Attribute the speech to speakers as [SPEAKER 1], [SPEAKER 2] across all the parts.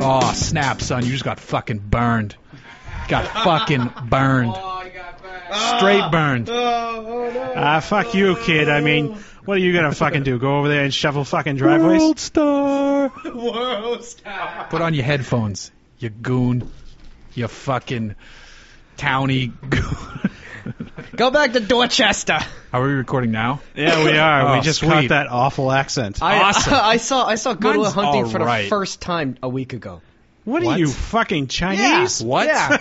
[SPEAKER 1] Oh, snap, son. You just got fucking burned. Got fucking burned. Straight burned.
[SPEAKER 2] Ah, fuck you, kid. I mean, what are you gonna fucking do? Go over there and shovel fucking driveways?
[SPEAKER 1] World star.
[SPEAKER 3] World star.
[SPEAKER 1] Put on your headphones, you goon. You fucking towny goon.
[SPEAKER 3] Go back to Dorchester.
[SPEAKER 1] Are we recording now?
[SPEAKER 2] Yeah, we are.
[SPEAKER 1] Oh,
[SPEAKER 2] we just
[SPEAKER 1] sweet.
[SPEAKER 2] caught that awful accent.
[SPEAKER 3] I,
[SPEAKER 1] Awesome.
[SPEAKER 3] I, saw I saw Goodwill
[SPEAKER 1] Mine's
[SPEAKER 3] Hunting for
[SPEAKER 1] alright.
[SPEAKER 3] the first time a week ago.
[SPEAKER 2] what,
[SPEAKER 1] What?
[SPEAKER 2] are you fucking Chinese?
[SPEAKER 1] What?
[SPEAKER 3] Yeah.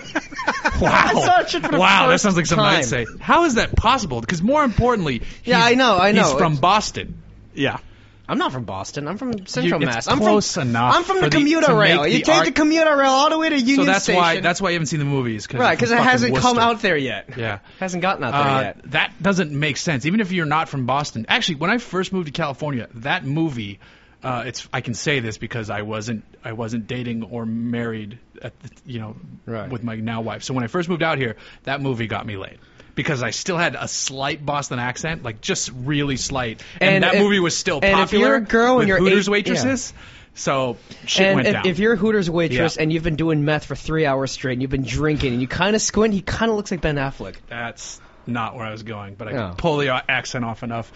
[SPEAKER 1] Wow.
[SPEAKER 3] saw it shit for the
[SPEAKER 1] wow, that
[SPEAKER 3] first
[SPEAKER 1] sounds like something I'd
[SPEAKER 3] time.
[SPEAKER 1] say. How is that possible? Because more importantly,
[SPEAKER 3] Yeah,
[SPEAKER 1] he's-
[SPEAKER 3] I know, I
[SPEAKER 1] He's
[SPEAKER 3] know.
[SPEAKER 1] from
[SPEAKER 3] It's-
[SPEAKER 1] Boston.
[SPEAKER 2] Yeah.
[SPEAKER 3] I'm not from Boston. I'm from Central
[SPEAKER 1] You- it's
[SPEAKER 3] Mass. I'm
[SPEAKER 1] close
[SPEAKER 3] from,
[SPEAKER 1] enough
[SPEAKER 3] I'm from
[SPEAKER 1] for
[SPEAKER 3] the
[SPEAKER 1] the-
[SPEAKER 3] commuter
[SPEAKER 1] to make
[SPEAKER 3] rail. You
[SPEAKER 1] the
[SPEAKER 3] take
[SPEAKER 1] arg-
[SPEAKER 3] the commuter rail all the way to
[SPEAKER 1] So
[SPEAKER 3] Union
[SPEAKER 1] that's
[SPEAKER 3] Station.
[SPEAKER 1] why that's why you haven't seen the movies. Cause
[SPEAKER 3] right
[SPEAKER 1] because
[SPEAKER 3] because it hasn't come out there yet.
[SPEAKER 1] Yeah.
[SPEAKER 3] hasn't gotten out there
[SPEAKER 1] Uh,
[SPEAKER 3] yet.
[SPEAKER 1] that doesn't make sense. Even if you're not from Boston, actually, when I first moved to California, that movie, uh, it's I can say this because I wasn't I wasn't dating or married, at the, you know,
[SPEAKER 3] Right.
[SPEAKER 1] with my now wife. So when I first moved out here, that movie got me laid because I still had a slight Boston accent, like just really slight, and,
[SPEAKER 3] And
[SPEAKER 1] that
[SPEAKER 3] if-
[SPEAKER 1] movie was still
[SPEAKER 3] and if
[SPEAKER 1] popular.
[SPEAKER 3] you're a girl and
[SPEAKER 1] with
[SPEAKER 3] you're
[SPEAKER 1] Hooters
[SPEAKER 3] eight-
[SPEAKER 1] waitresses, so shit
[SPEAKER 3] and
[SPEAKER 1] went
[SPEAKER 3] if,
[SPEAKER 1] down.
[SPEAKER 3] if you're a Hooters waitress
[SPEAKER 1] Yeah.
[SPEAKER 3] and you've been doing meth for three hours straight and you've been drinking and you kind of squint, he kind of looks like Ben Affleck.
[SPEAKER 1] that's not where I was going, but I
[SPEAKER 3] No.
[SPEAKER 1] could pull the uh, accent off enough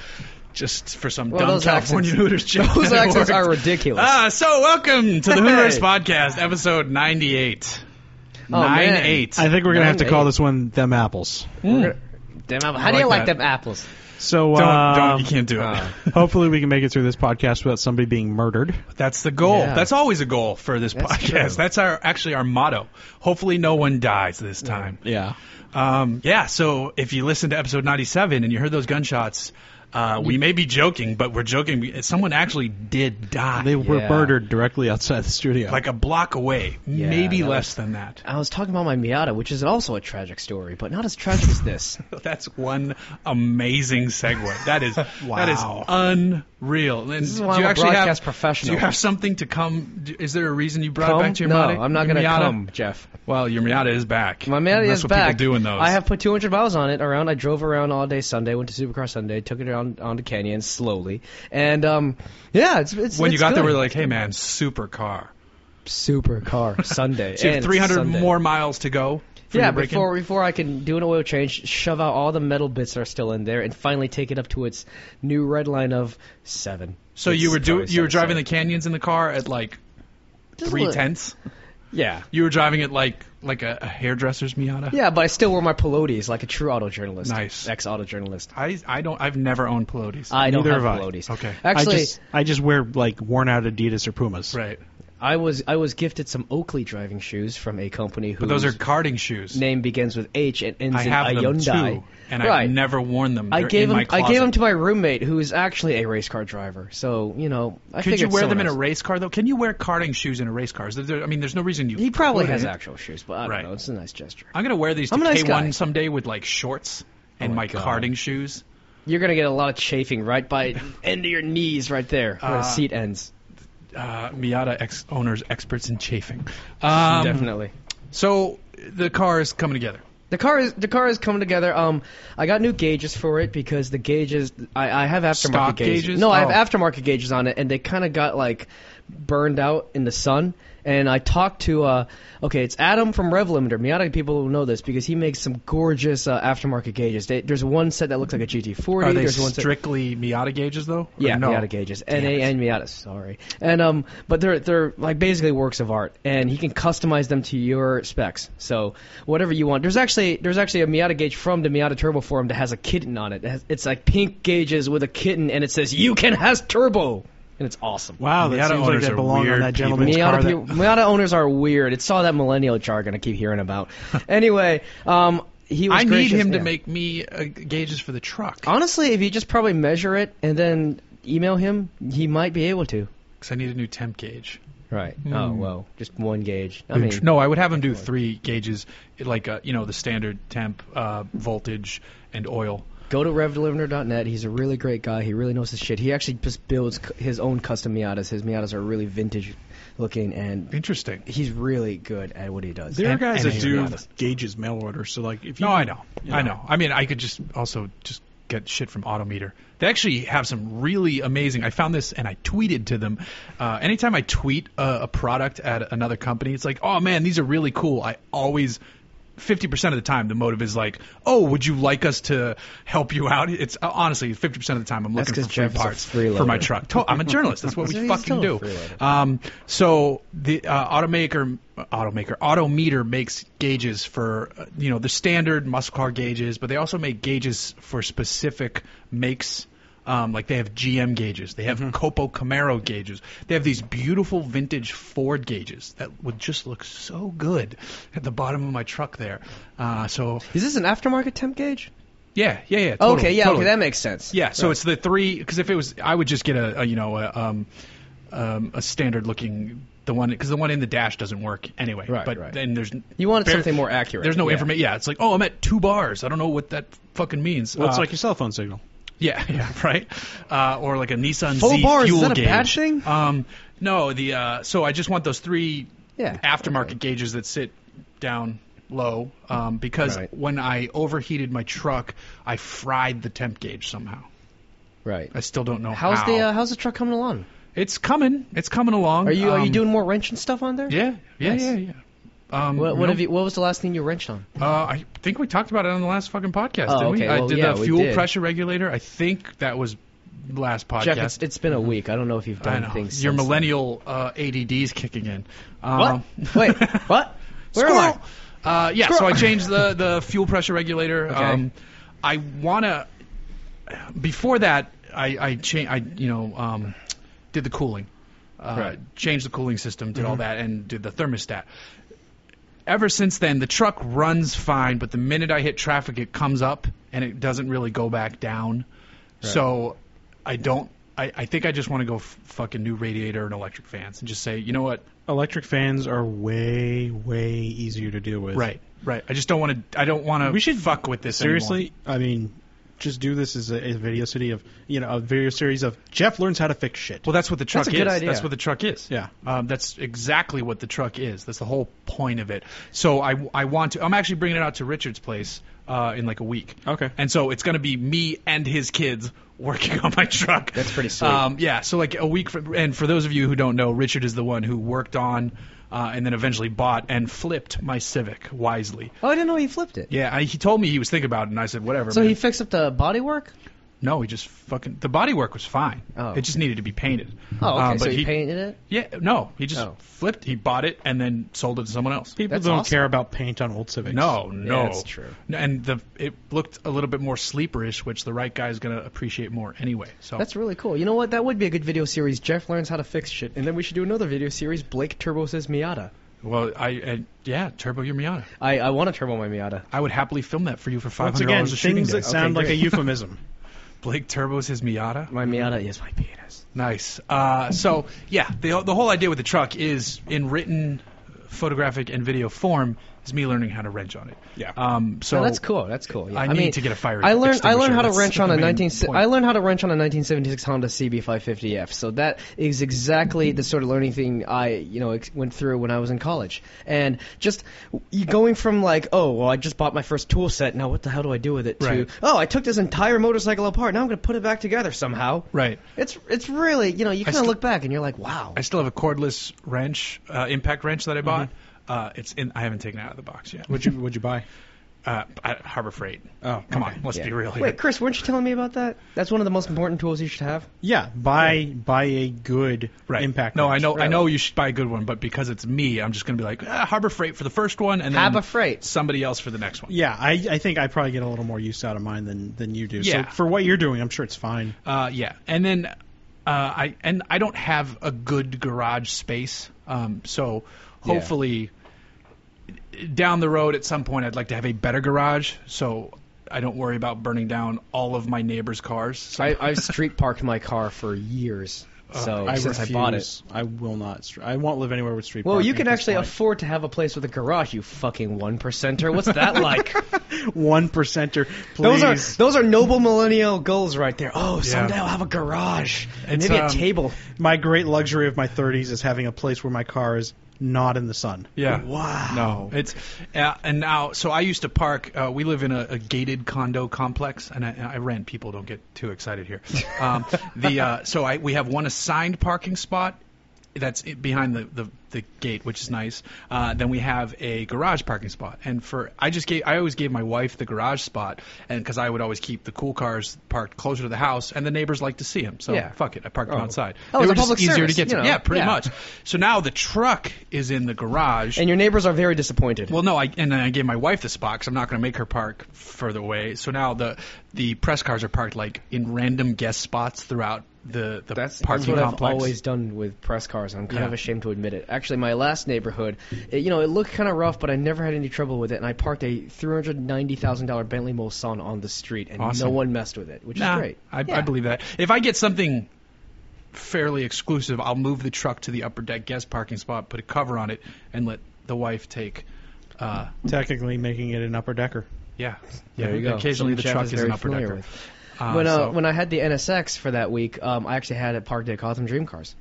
[SPEAKER 1] just for some
[SPEAKER 3] Well,
[SPEAKER 1] dumb
[SPEAKER 3] those
[SPEAKER 1] California
[SPEAKER 3] accents-
[SPEAKER 1] Hooters joke.
[SPEAKER 3] those
[SPEAKER 1] that
[SPEAKER 3] accents
[SPEAKER 1] worked.
[SPEAKER 3] are ridiculous.
[SPEAKER 1] Ah, so welcome to the
[SPEAKER 3] Hey.
[SPEAKER 1] Hooters podcast, episode 98.
[SPEAKER 3] Oh, man. Hmm.
[SPEAKER 1] 98.
[SPEAKER 2] I think we're gonna have to
[SPEAKER 3] Nine,
[SPEAKER 2] call
[SPEAKER 3] eight.
[SPEAKER 2] this one them apples.
[SPEAKER 3] Damn, how
[SPEAKER 1] I
[SPEAKER 3] do you
[SPEAKER 1] like
[SPEAKER 3] like
[SPEAKER 1] that.
[SPEAKER 3] them apples?
[SPEAKER 2] So
[SPEAKER 1] don't,
[SPEAKER 2] um,
[SPEAKER 1] don't, you can't do it.
[SPEAKER 3] uh,
[SPEAKER 2] hopefully we can make it through this podcast without somebody being murdered.
[SPEAKER 1] That's the goal.
[SPEAKER 3] Yeah.
[SPEAKER 1] That's always a goal for this
[SPEAKER 3] That's
[SPEAKER 1] podcast.
[SPEAKER 3] true.
[SPEAKER 1] That's our actually our motto. Hopefully no one dies this time.
[SPEAKER 2] Yeah.
[SPEAKER 1] Um, yeah, so if you listened to episode 97 and you heard those gunshots, uh, we may be joking, but we're joking. Someone actually did die.
[SPEAKER 2] They were
[SPEAKER 3] Yeah.
[SPEAKER 2] murdered directly outside the studio.
[SPEAKER 1] like a block away, maybe
[SPEAKER 3] that
[SPEAKER 1] less than that.
[SPEAKER 3] I was talking about my Miata, which is also a tragic story, but not as tragic as this.
[SPEAKER 1] That's one amazing segue. That is that is
[SPEAKER 2] Wow.
[SPEAKER 1] unreal. And this
[SPEAKER 3] is why
[SPEAKER 1] do you
[SPEAKER 3] I'm a
[SPEAKER 1] actually have,
[SPEAKER 3] broadcast professional.
[SPEAKER 1] Do you have something to come? do- Is there a reason you brought it back to your
[SPEAKER 3] no,
[SPEAKER 1] Miata?
[SPEAKER 3] I'm not
[SPEAKER 1] Your
[SPEAKER 3] gonna
[SPEAKER 1] Miata?
[SPEAKER 3] come, Jeff.
[SPEAKER 1] Well, your Miata is back.
[SPEAKER 3] My Miata
[SPEAKER 1] That's
[SPEAKER 3] is
[SPEAKER 1] what
[SPEAKER 3] back.
[SPEAKER 1] people do in those.
[SPEAKER 3] I have put 200 miles on it. Around, I drove around all day Sunday. Went to Supercar Sunday. Took it around onto canyons slowly, and um, yeah, it's it's
[SPEAKER 1] When you
[SPEAKER 3] it's
[SPEAKER 1] got there,
[SPEAKER 3] good.
[SPEAKER 1] we were like, "Hey, man, super car."
[SPEAKER 3] Supercar Sunday.
[SPEAKER 1] So you have
[SPEAKER 3] and
[SPEAKER 1] 300
[SPEAKER 3] Sunday.
[SPEAKER 1] more miles to go. for
[SPEAKER 3] Yeah,
[SPEAKER 1] your break-in?
[SPEAKER 3] before before I can do an oil change, shove out all the metal bits that are still in there, and finally take it up to its new red line of seven.
[SPEAKER 1] So
[SPEAKER 3] It's
[SPEAKER 1] you were doing
[SPEAKER 3] probably
[SPEAKER 1] you were
[SPEAKER 3] seven,
[SPEAKER 1] driving the canyons in the car at like
[SPEAKER 3] seven.
[SPEAKER 1] three tenths.
[SPEAKER 3] Yeah.
[SPEAKER 1] You were driving it like like a, a hairdresser's Miata.
[SPEAKER 3] Yeah, but I still wore my pelotes like a true auto journalist.
[SPEAKER 1] Nice.
[SPEAKER 3] Ex auto journalist.
[SPEAKER 1] I I don't I've never owned Pelotes.
[SPEAKER 3] I don't
[SPEAKER 2] Neither
[SPEAKER 3] have
[SPEAKER 2] have I.
[SPEAKER 3] pelotes.
[SPEAKER 1] Okay.
[SPEAKER 3] Actually,
[SPEAKER 2] I just I just wear like worn out Adidas or Pumas.
[SPEAKER 1] right.
[SPEAKER 3] I was I was gifted some Oakley driving shoes from a company whose
[SPEAKER 1] But those are karting shoes.
[SPEAKER 3] name begins with H and ends
[SPEAKER 1] I
[SPEAKER 3] in
[SPEAKER 1] have them
[SPEAKER 3] Hyundai.
[SPEAKER 1] too, and
[SPEAKER 3] right.
[SPEAKER 1] I've never worn them.
[SPEAKER 3] I
[SPEAKER 1] They're
[SPEAKER 3] gave
[SPEAKER 1] in my
[SPEAKER 3] them. I gave them
[SPEAKER 1] closet.
[SPEAKER 3] to my roommate, who is actually a race car driver. So you know, I
[SPEAKER 1] Could you
[SPEAKER 3] figured
[SPEAKER 1] wear
[SPEAKER 3] someone
[SPEAKER 1] them in a
[SPEAKER 3] else-
[SPEAKER 1] race car though? Can you wear karting shoes in a race car? Is there- I mean, there's no reason you.
[SPEAKER 3] He probably
[SPEAKER 1] couldn't.
[SPEAKER 3] has actual shoes, but I don't
[SPEAKER 1] Right.
[SPEAKER 3] know. It's a nice gesture.
[SPEAKER 1] I'm gonna wear these to
[SPEAKER 3] I'm a nice
[SPEAKER 1] K1
[SPEAKER 3] guy. Oh
[SPEAKER 1] someday with like shorts and my,
[SPEAKER 3] my God.
[SPEAKER 1] karting shoes.
[SPEAKER 3] You're gonna get a lot of chafing right by end of your knees, right there where
[SPEAKER 1] Uh,
[SPEAKER 3] the seat ends.
[SPEAKER 1] Uh, Miata ex- owners experts in chafing. Um,
[SPEAKER 3] Definitely.
[SPEAKER 1] So the car is coming together.
[SPEAKER 3] The car is the car is coming together. Um, I got new gauges for it because the gauges I, I have aftermarket
[SPEAKER 1] Stock gauges?
[SPEAKER 3] No, I
[SPEAKER 1] Oh.
[SPEAKER 3] have aftermarket gauges on it, and they kind of got like burned out in the sun. And I talked to uh, okay, it's Adam from Rev Limiter. Miata people will know this because he makes some gorgeous uh, aftermarket gauges. They, there's one set that looks like a GT40.
[SPEAKER 1] Are they
[SPEAKER 3] there's one set,
[SPEAKER 1] strictly Miata gauges though? Or
[SPEAKER 3] Yeah,
[SPEAKER 1] no?
[SPEAKER 3] Miata gauges.
[SPEAKER 1] Damn
[SPEAKER 3] NA
[SPEAKER 1] it.
[SPEAKER 3] and Miata, sorry. And um but they're they're like basically works of art and he can customize them to your specs. So whatever you want. There's actually there's actually a Miata gauge from the Miata Turbo Forum that has a kitten on it. It has- It's like pink gauges with a kitten and it says you can has turbo and it's awesome.
[SPEAKER 2] Wow, that
[SPEAKER 1] Miata
[SPEAKER 2] seems like
[SPEAKER 1] owners
[SPEAKER 2] they
[SPEAKER 1] are
[SPEAKER 2] belong on
[SPEAKER 1] weird
[SPEAKER 2] that
[SPEAKER 1] people.
[SPEAKER 2] gentleman's
[SPEAKER 3] Miata,
[SPEAKER 2] car. that-
[SPEAKER 3] people, Miata owners are weird. It's all that millennial jargon I keep hearing about. anyway, um he was
[SPEAKER 1] I need
[SPEAKER 3] gracious-
[SPEAKER 1] him to
[SPEAKER 3] yeah.
[SPEAKER 1] make me uh, gauges for the truck.
[SPEAKER 3] Honestly, if you just probably measure it and then email him, he might be able to.
[SPEAKER 1] Because I need a new temp gauge.
[SPEAKER 3] Right. Oh, whoa. Just one gauge. I mean,
[SPEAKER 1] Oof. Hmm. no, I would have him do three gauges, like uh, you know the standard temp, uh, voltage, and oil.
[SPEAKER 3] go to revdeliverer.net. He's a really great guy. He really knows his shit. He actually just builds cu- his own custom Miatas. His Miatas are really vintage looking, and
[SPEAKER 1] Interesting.
[SPEAKER 3] he's really good at what he does.
[SPEAKER 2] There are
[SPEAKER 3] And-
[SPEAKER 2] guys
[SPEAKER 3] and
[SPEAKER 2] that
[SPEAKER 3] he's
[SPEAKER 2] do
[SPEAKER 3] Miatas.
[SPEAKER 2] gauges mail order. So like if you
[SPEAKER 1] No, I know,
[SPEAKER 2] Yeah.
[SPEAKER 1] I know. I mean, I could just also just get shit from Autometer. They actually have some really amazing. I found this and I tweeted to them. Uh, anytime I tweet a, a product at another company, it's like, oh man, these are really cool. I always. 50% of the time the motive is like oh would you like us to help you out it's uh, honestly 50% of the time i'm
[SPEAKER 3] That's
[SPEAKER 1] looking
[SPEAKER 3] 'cause
[SPEAKER 1] for free
[SPEAKER 3] Jeff's a
[SPEAKER 1] parts for my
[SPEAKER 3] freeloader.
[SPEAKER 1] truck To- i'm a journalist that's what
[SPEAKER 3] So
[SPEAKER 1] we
[SPEAKER 3] he's
[SPEAKER 1] fucking
[SPEAKER 3] still
[SPEAKER 1] do
[SPEAKER 3] a freeloader.
[SPEAKER 1] um, so the uh, automaker, automaker, autometer makes gauges for uh, you know the standard muscle car gauges, but they also make gauges for specific makes. Um, like they have GM gauges, they have
[SPEAKER 3] Mm-hmm.
[SPEAKER 1] Copo Camaro gauges, they have these beautiful vintage Ford gauges that would just look so good at the bottom of my truck there. Uh, so
[SPEAKER 3] Is this an aftermarket temp gauge?
[SPEAKER 1] yeah, yeah, yeah.
[SPEAKER 3] okay,
[SPEAKER 1] totally,
[SPEAKER 3] yeah,
[SPEAKER 1] totally.
[SPEAKER 3] okay, that makes sense.
[SPEAKER 1] Yeah, so it's the three because if it was, I would just get a, a you know a, um, um, a standard looking the one because the one in the dash doesn't work anyway.
[SPEAKER 3] Right,
[SPEAKER 1] but
[SPEAKER 3] right.
[SPEAKER 1] then there's
[SPEAKER 3] You wanted
[SPEAKER 1] bare-
[SPEAKER 3] something more accurate.
[SPEAKER 1] There's no
[SPEAKER 3] yeah.
[SPEAKER 1] information. Yeah, it's like oh, I'm at two bars. I don't know what that fucking means.
[SPEAKER 2] Well, it's
[SPEAKER 1] Uh,
[SPEAKER 2] like your cell phone signal.
[SPEAKER 1] yeah, yeah, right. Uh, or like a Nissan
[SPEAKER 3] Full
[SPEAKER 1] Z
[SPEAKER 3] bars, is
[SPEAKER 1] fuel
[SPEAKER 3] that a
[SPEAKER 1] gauge.
[SPEAKER 3] bad thing?
[SPEAKER 1] Um, no, the uh, so I just want those three
[SPEAKER 3] Yeah.
[SPEAKER 1] aftermarket gauges that sit down low um, because
[SPEAKER 3] Right.
[SPEAKER 1] when I overheated my truck, I fried the temp gauge somehow.
[SPEAKER 3] Right.
[SPEAKER 1] I still don't know
[SPEAKER 3] How's
[SPEAKER 1] how.
[SPEAKER 3] the uh, how's the truck coming along?
[SPEAKER 1] it's coming. It's coming along.
[SPEAKER 3] Are you are you
[SPEAKER 1] Um,
[SPEAKER 3] doing more wrench and stuff on there?
[SPEAKER 1] Yeah, yeah,
[SPEAKER 3] Nice.
[SPEAKER 1] yeah, yeah. Um,
[SPEAKER 3] What, what
[SPEAKER 1] no,
[SPEAKER 3] have you? What was the last thing you wrenched on?
[SPEAKER 1] Uh, I think we talked about it on the last fucking podcast,
[SPEAKER 3] Oh,
[SPEAKER 1] didn't we?
[SPEAKER 3] okay.
[SPEAKER 1] I
[SPEAKER 3] Well,
[SPEAKER 1] did
[SPEAKER 3] yeah,
[SPEAKER 1] the
[SPEAKER 3] we
[SPEAKER 1] fuel
[SPEAKER 3] did.
[SPEAKER 1] pressure regulator. I think that was last podcast.
[SPEAKER 3] Jeff, it's, it's been a week. I don't know if you've
[SPEAKER 1] I
[SPEAKER 3] done
[SPEAKER 1] know.
[SPEAKER 3] things.
[SPEAKER 1] Your
[SPEAKER 3] since then.
[SPEAKER 1] millennial uh, ADD's kicking in.
[SPEAKER 3] What?
[SPEAKER 1] Um,
[SPEAKER 3] Wait, what? Where am I?
[SPEAKER 1] Squirrel! Uh, yeah, so I changed the, the fuel pressure regulator.
[SPEAKER 3] Okay.
[SPEAKER 1] Um, I want to. Before that, I I, cha- I you know um, did the cooling, uh,
[SPEAKER 3] Right.
[SPEAKER 1] changed the cooling system, did all
[SPEAKER 2] Mm-hmm.
[SPEAKER 1] that, and did the thermostat. Ever since then, the truck runs fine, but the minute I hit traffic, it comes up and it doesn't really go back down. So I don't. I, I think I just want to go f- fucking new radiator and electric fans and just say, you know what,
[SPEAKER 2] Electric fans are way way easier to deal with.
[SPEAKER 1] Right, right. I just don't want to. I don't want to.
[SPEAKER 2] We should
[SPEAKER 1] fuck with this
[SPEAKER 2] Seriously, I mean, just do this as a, a video city of you know a video series of Jeff learns how to fix shit.
[SPEAKER 1] Well, that's what the truck
[SPEAKER 3] That's a
[SPEAKER 1] is.
[SPEAKER 3] good idea.
[SPEAKER 1] That's what the truck is.
[SPEAKER 2] Yeah.
[SPEAKER 1] Um, that's exactly what the truck is. That's the whole point of it. So I, I want to. I'm actually bringing it out to Richard's place uh, in like a week.
[SPEAKER 2] Okay.
[SPEAKER 1] And so it's going to be me and his kids working on my truck.
[SPEAKER 3] That's pretty sweet.
[SPEAKER 1] Um, yeah. So like a week. For, and for those of you who don't know, Richard is the one who worked on. Uh, and then eventually bought and flipped my Civic wisely.
[SPEAKER 3] Oh, I didn't know he flipped it.
[SPEAKER 1] Yeah, I, he told me he was thinking about it, and I said, "Whatever."
[SPEAKER 3] So
[SPEAKER 1] man.
[SPEAKER 3] he fixed up the bodywork.
[SPEAKER 1] No, he just fucking. The body work was fine.
[SPEAKER 3] Oh.
[SPEAKER 1] It just needed to be painted.
[SPEAKER 3] Oh, okay.
[SPEAKER 1] Um,
[SPEAKER 3] so he, painted it.
[SPEAKER 1] Yeah, no, he just
[SPEAKER 3] Oh.
[SPEAKER 1] flipped. He bought it and then sold it to someone else.
[SPEAKER 2] People
[SPEAKER 3] That's
[SPEAKER 2] don't
[SPEAKER 3] awesome.
[SPEAKER 2] care about paint on old Civics.
[SPEAKER 1] No, no,
[SPEAKER 3] that's true.
[SPEAKER 1] N- And the it looked a little bit more sleeperish, which the right guy is gonna appreciate more anyway. So
[SPEAKER 3] That's really cool. You know what? That would be a good video series. Jeff learns how to fix shit, and then we should do another video series. Blake Turbo says Miata.
[SPEAKER 1] well, I, I yeah, turbo your Miata.
[SPEAKER 3] I, I want to turbo my Miata.
[SPEAKER 1] I would happily film that for you for five
[SPEAKER 2] Once
[SPEAKER 1] hundred
[SPEAKER 2] again,
[SPEAKER 1] dollars a shooting
[SPEAKER 2] things
[SPEAKER 1] day.
[SPEAKER 2] that sound like a
[SPEAKER 3] great.
[SPEAKER 2] euphemism.
[SPEAKER 1] Blake turbos his Miata.
[SPEAKER 3] My Miata is my penis.
[SPEAKER 1] Nice. Uh, so yeah, the the whole idea with the truck is in written, photographic, and video form is me learning how to wrench on it.
[SPEAKER 2] Yeah.
[SPEAKER 1] Um. So
[SPEAKER 3] No, Oh, that's cool. That's cool. Yeah.
[SPEAKER 1] I need to get a fire
[SPEAKER 3] I learned I learned how to
[SPEAKER 1] extinguisher.
[SPEAKER 3] wrench
[SPEAKER 1] That's
[SPEAKER 3] on
[SPEAKER 1] the
[SPEAKER 3] a
[SPEAKER 1] main
[SPEAKER 3] 19
[SPEAKER 1] point.
[SPEAKER 3] I learned how to wrench on a 1976 Honda CB550F. So that is exactly the sort of learning thing I you know ex- went through when I was in college. And just you going from like oh well I just bought my first tool set now what the hell do I do with it
[SPEAKER 1] Right.
[SPEAKER 3] to oh I took this entire motorcycle apart now I'm gonna put it back together somehow.
[SPEAKER 1] Right.
[SPEAKER 3] It's it's really you know you kind of
[SPEAKER 1] st-
[SPEAKER 3] look back and you're like wow.
[SPEAKER 1] I still have a cordless wrench, uh, impact wrench that I bought. Uh, it's in. I haven't taken it out of the box yet.
[SPEAKER 2] Mm-hmm. Would you Would you buy?
[SPEAKER 1] Uh, at Harbor Freight.
[SPEAKER 2] Oh,
[SPEAKER 1] come
[SPEAKER 2] okay.
[SPEAKER 1] on, let's
[SPEAKER 3] Yeah.
[SPEAKER 1] be real here.
[SPEAKER 3] Wait, Chris, weren't you telling me about that? That's one of the most important tools you should have.
[SPEAKER 2] Yeah, buy buy a good
[SPEAKER 1] right.
[SPEAKER 2] impact.
[SPEAKER 1] No, I
[SPEAKER 2] wrench.
[SPEAKER 1] know. I
[SPEAKER 3] Right.
[SPEAKER 1] know you should buy a good one, but because it's me, I'm just going to be like ah, Harbor Freight for the first one, and then
[SPEAKER 3] Harbor Freight.
[SPEAKER 1] somebody else for the next one.
[SPEAKER 2] Yeah, I, I think I probably get a little more use out of mine than than you do.
[SPEAKER 1] Yeah.
[SPEAKER 2] So for what you're doing, I'm sure it's fine.
[SPEAKER 1] Uh, yeah, and then uh, I and I don't have a good garage space, um, so
[SPEAKER 3] Yeah.
[SPEAKER 1] hopefully down the road at some point I'd like to have a better garage. So I don't worry about burning down all of my neighbors' cars. So
[SPEAKER 3] I, I've street parked my car for years. So
[SPEAKER 2] I
[SPEAKER 3] Oh, since
[SPEAKER 2] refuse.
[SPEAKER 3] Uh, I bought it.
[SPEAKER 2] I will not. str- I won't live anywhere with street.
[SPEAKER 3] Well,
[SPEAKER 2] parking
[SPEAKER 3] you can
[SPEAKER 2] at this
[SPEAKER 3] actually
[SPEAKER 2] point.
[SPEAKER 3] afford to have a place with a garage, you fucking one percenter. What's that like?
[SPEAKER 2] one percenter. Please.
[SPEAKER 3] those are those are noble millennial goals right there. Oh, someday I'll have a garage and
[SPEAKER 1] It's,
[SPEAKER 3] maybe
[SPEAKER 1] um,
[SPEAKER 3] a table.
[SPEAKER 2] my great luxury of my 30s is having a place where my car is not in the sun.
[SPEAKER 1] Yeah.
[SPEAKER 2] Wow.
[SPEAKER 1] No, it's uh, and now. So I used to park. Uh, we live in a, a gated condo complex, and I, and I rent. People don't get too excited here. Um, the uh, so I we have one assigned parking spot that's i- behind the, the, the gate, which is nice. Uh, then we have a garage parking spot, and for I just gave I always gave my wife the garage spot, and because I would always keep the cool cars parked closer to the house, and the neighbors like to see them. So
[SPEAKER 3] Yeah.
[SPEAKER 1] fuck it, I parked them
[SPEAKER 3] Oh.
[SPEAKER 1] outside.
[SPEAKER 3] Oh,
[SPEAKER 1] they
[SPEAKER 3] it's
[SPEAKER 1] were
[SPEAKER 3] a
[SPEAKER 1] just
[SPEAKER 3] public
[SPEAKER 1] easier
[SPEAKER 3] service,
[SPEAKER 1] to get to.
[SPEAKER 3] you know,
[SPEAKER 1] Yeah, pretty
[SPEAKER 3] yeah.
[SPEAKER 1] much. So now the truck is in the garage.
[SPEAKER 3] And your neighbors are very disappointed.
[SPEAKER 1] Well, no, I and I gave my wife the spot 'cause I'm not going to make her park further away. So now the the press cars are parked like in random guest spots throughout the the
[SPEAKER 3] That's,
[SPEAKER 1] parking
[SPEAKER 3] that's what
[SPEAKER 1] complex.
[SPEAKER 3] I've always done with press cars. I'm kind
[SPEAKER 1] Yeah.
[SPEAKER 3] of ashamed to admit it. Actually, my last neighborhood, it, you know, it looked kind of rough, but I never had any trouble with it. And I parked a three hundred ninety thousand dollar Bentley Mulsanne on the street, and
[SPEAKER 1] Awesome.
[SPEAKER 3] no one messed with it, which
[SPEAKER 1] Nah,
[SPEAKER 3] is great.
[SPEAKER 1] I, I
[SPEAKER 3] Yeah.
[SPEAKER 1] believe that. If I get something fairly exclusive, I'll move the truck to the upper deck guest parking spot, put a cover on it, and let the wife take. Uh,
[SPEAKER 2] Technically making it an upper decker.
[SPEAKER 1] yeah, yeah.
[SPEAKER 3] There you go.
[SPEAKER 1] Occasionally,
[SPEAKER 3] Something
[SPEAKER 1] the
[SPEAKER 3] Jeff
[SPEAKER 1] truck
[SPEAKER 3] is
[SPEAKER 1] is, an
[SPEAKER 3] very
[SPEAKER 1] upper
[SPEAKER 3] familiar
[SPEAKER 1] decker. Uh,
[SPEAKER 3] when uh,
[SPEAKER 1] so-
[SPEAKER 3] when I had the NSX for that week, um, I actually had it parked at Gotham Dream Cars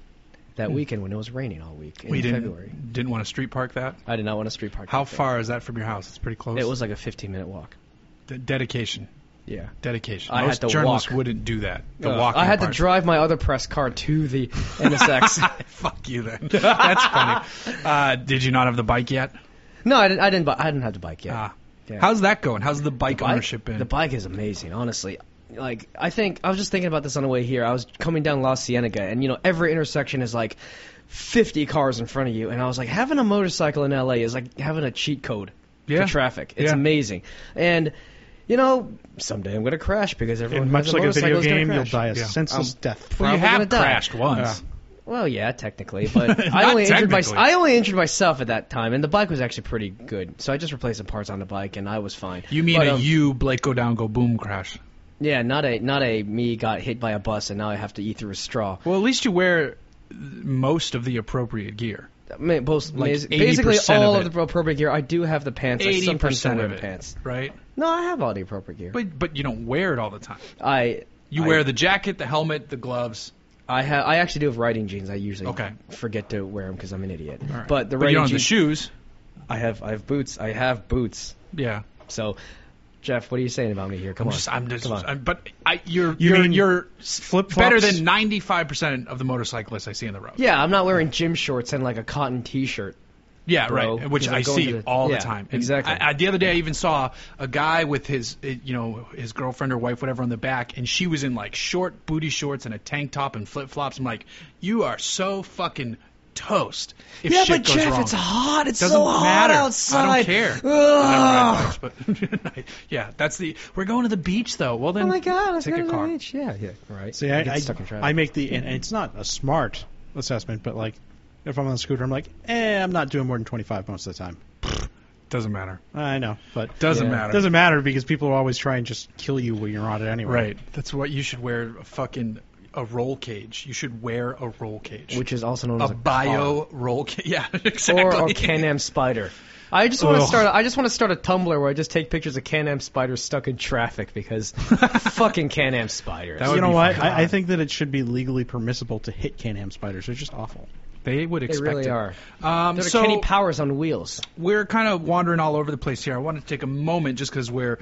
[SPEAKER 3] that weekend when it was raining all week in
[SPEAKER 1] we didn't
[SPEAKER 3] February.
[SPEAKER 1] didn't want to street park that.
[SPEAKER 3] I did not want to street park.
[SPEAKER 1] How
[SPEAKER 3] that thing.
[SPEAKER 1] far is that from your house? It's pretty close.
[SPEAKER 3] It was like a 15 minute walk.
[SPEAKER 1] De- dedication.
[SPEAKER 3] Yeah.
[SPEAKER 1] dedication.
[SPEAKER 3] I had
[SPEAKER 1] Most
[SPEAKER 3] to
[SPEAKER 1] journalists
[SPEAKER 3] walk.
[SPEAKER 1] wouldn't do that. The
[SPEAKER 3] Uh,
[SPEAKER 1] walking
[SPEAKER 3] I had
[SPEAKER 1] part.
[SPEAKER 3] to drive my other press car to the NSX.
[SPEAKER 1] Fuck you then. That's funny. Uh, did you not have the bike yet?
[SPEAKER 3] no, I didn't. I didn't. bu- I didn't have the bike yet.
[SPEAKER 1] Ah.
[SPEAKER 3] Yeah.
[SPEAKER 1] How's that going? How's the bike,
[SPEAKER 3] bike-
[SPEAKER 1] ownership been?
[SPEAKER 3] The bike is amazing, honestly. Like I think I was just thinking about this on the way here. I was coming down La Cienega, and you know every intersection is like 50 cars in front of you, and I was like, having a motorcycle in LA is like having a cheat code
[SPEAKER 1] Yeah.
[SPEAKER 3] for traffic. It's
[SPEAKER 1] Yeah.
[SPEAKER 3] amazing, and you know someday I'm gonna crash because everyone
[SPEAKER 2] And
[SPEAKER 3] who
[SPEAKER 2] much
[SPEAKER 3] has
[SPEAKER 2] like a
[SPEAKER 3] motorcycle
[SPEAKER 2] video
[SPEAKER 3] is gonna
[SPEAKER 2] game, you'll
[SPEAKER 3] crash.
[SPEAKER 2] die a
[SPEAKER 1] Yeah. Um,
[SPEAKER 2] senseless death.
[SPEAKER 1] well, you
[SPEAKER 3] probably
[SPEAKER 1] have
[SPEAKER 3] gonna die.
[SPEAKER 1] crashed once.
[SPEAKER 3] Well, yeah, technically, but
[SPEAKER 1] Not
[SPEAKER 3] I only injured my,
[SPEAKER 1] technically.
[SPEAKER 3] I only injured myself at that time, and the bike was actually pretty good. So I just replaced the parts on the bike, and I was fine.
[SPEAKER 1] You mean
[SPEAKER 3] But,
[SPEAKER 1] a
[SPEAKER 3] um,
[SPEAKER 1] you Blake go down go boom crash?
[SPEAKER 3] Yeah, not a not a me got hit by a bus and now I have to eat through a straw.
[SPEAKER 1] Well, at least you wear most of the appropriate gear.
[SPEAKER 3] I mean, both
[SPEAKER 1] Like
[SPEAKER 3] mas- basically
[SPEAKER 1] 80%
[SPEAKER 3] all
[SPEAKER 1] of
[SPEAKER 3] of,
[SPEAKER 1] it.
[SPEAKER 3] the appropriate gear. I do have the pants. I
[SPEAKER 1] Eighty
[SPEAKER 3] sometimes don't
[SPEAKER 1] percent
[SPEAKER 3] wear
[SPEAKER 1] of
[SPEAKER 3] the
[SPEAKER 1] it,
[SPEAKER 3] pants.
[SPEAKER 1] right?
[SPEAKER 3] No, I have all the appropriate gear.
[SPEAKER 1] But but you don't wear it all the time.
[SPEAKER 3] I
[SPEAKER 1] You
[SPEAKER 3] I-
[SPEAKER 1] wear the jacket, the helmet, the gloves.
[SPEAKER 3] I have I actually do have riding jeans. I usually
[SPEAKER 1] Okay.
[SPEAKER 3] forget to wear them because I'm an idiot.
[SPEAKER 1] All right.
[SPEAKER 3] But the
[SPEAKER 1] you
[SPEAKER 3] riding
[SPEAKER 1] don't have the
[SPEAKER 3] jeans.
[SPEAKER 1] shoes.
[SPEAKER 3] I have I have boots. I have boots.
[SPEAKER 1] Yeah.
[SPEAKER 3] So, Jeff, what are you saying about me here? Come
[SPEAKER 1] I'm
[SPEAKER 3] on.
[SPEAKER 1] just, I'm just,
[SPEAKER 3] Come on.
[SPEAKER 1] I'm, but I, you're,
[SPEAKER 2] You
[SPEAKER 1] you are
[SPEAKER 2] mean
[SPEAKER 1] you're
[SPEAKER 2] flip-flops?
[SPEAKER 1] better than 95% of the motorcyclists I see on the road.
[SPEAKER 3] yeah, I'm not wearing gym shorts and like a cotton T-shirt.
[SPEAKER 1] Yeah,
[SPEAKER 3] bro,
[SPEAKER 1] right. Which
[SPEAKER 3] 'cause
[SPEAKER 1] I
[SPEAKER 3] I'm going
[SPEAKER 1] see
[SPEAKER 3] to the-
[SPEAKER 1] all
[SPEAKER 3] yeah,
[SPEAKER 1] the time. And
[SPEAKER 3] exactly.
[SPEAKER 1] I, I, the other day, I even saw a guy with his, eh, you know, his girlfriend or wife, whatever, on the back, and she was in like short booty shorts and a tank top and flip flops. I'm like, you are so fucking toast. If
[SPEAKER 3] yeah,
[SPEAKER 1] shit
[SPEAKER 3] but
[SPEAKER 1] goes
[SPEAKER 3] Jeff,
[SPEAKER 1] wrong.
[SPEAKER 3] it's hot. It's
[SPEAKER 1] Doesn't
[SPEAKER 3] so hot
[SPEAKER 1] matter.
[SPEAKER 3] outside.
[SPEAKER 1] I don't care. I don't ride bikes, but yeah, that's the. We're going to the beach though. Well then,
[SPEAKER 3] Oh my god, let's
[SPEAKER 1] take
[SPEAKER 3] go
[SPEAKER 1] a
[SPEAKER 3] to
[SPEAKER 1] car.
[SPEAKER 3] the beach. Yeah, yeah, right.
[SPEAKER 2] See, I,
[SPEAKER 3] Get
[SPEAKER 2] I,
[SPEAKER 3] stuck in traffic.
[SPEAKER 2] I make the, and it's not a smart assessment, but like, if I'm on the scooter, I'm like, eh, I'm not doing more than 25 most of the time.
[SPEAKER 1] Doesn't matter.
[SPEAKER 2] I know, but
[SPEAKER 1] Doesn't
[SPEAKER 3] Yeah.
[SPEAKER 1] matter.
[SPEAKER 2] it doesn't matter because people will always try and just kill you when you're on it anyway.
[SPEAKER 1] Right. That's what you should wear. A fucking a roll cage. You should wear a roll cage.
[SPEAKER 3] which is also known
[SPEAKER 1] a,
[SPEAKER 3] as a
[SPEAKER 1] bio roll cage. Yeah, exactly.
[SPEAKER 3] car. or a Can-Am spider. I just want to
[SPEAKER 2] Ugh.
[SPEAKER 3] start. I just want to start a Tumblr where I just take pictures of Can-Am spiders stuck in traffic because fucking Can-Am spiders.
[SPEAKER 1] That would
[SPEAKER 2] you know
[SPEAKER 1] be
[SPEAKER 2] what?
[SPEAKER 1] fun.
[SPEAKER 2] I, I think that it should be legally permissible to hit Can-Am spiders. They're just awful.
[SPEAKER 1] they would
[SPEAKER 3] they
[SPEAKER 1] expect
[SPEAKER 3] really
[SPEAKER 1] it.
[SPEAKER 3] are.
[SPEAKER 1] Um,
[SPEAKER 3] They're
[SPEAKER 1] so
[SPEAKER 3] Kenny Powers on wheels.
[SPEAKER 1] we're kind of wandering all over the place here. I want to take a moment just because we're.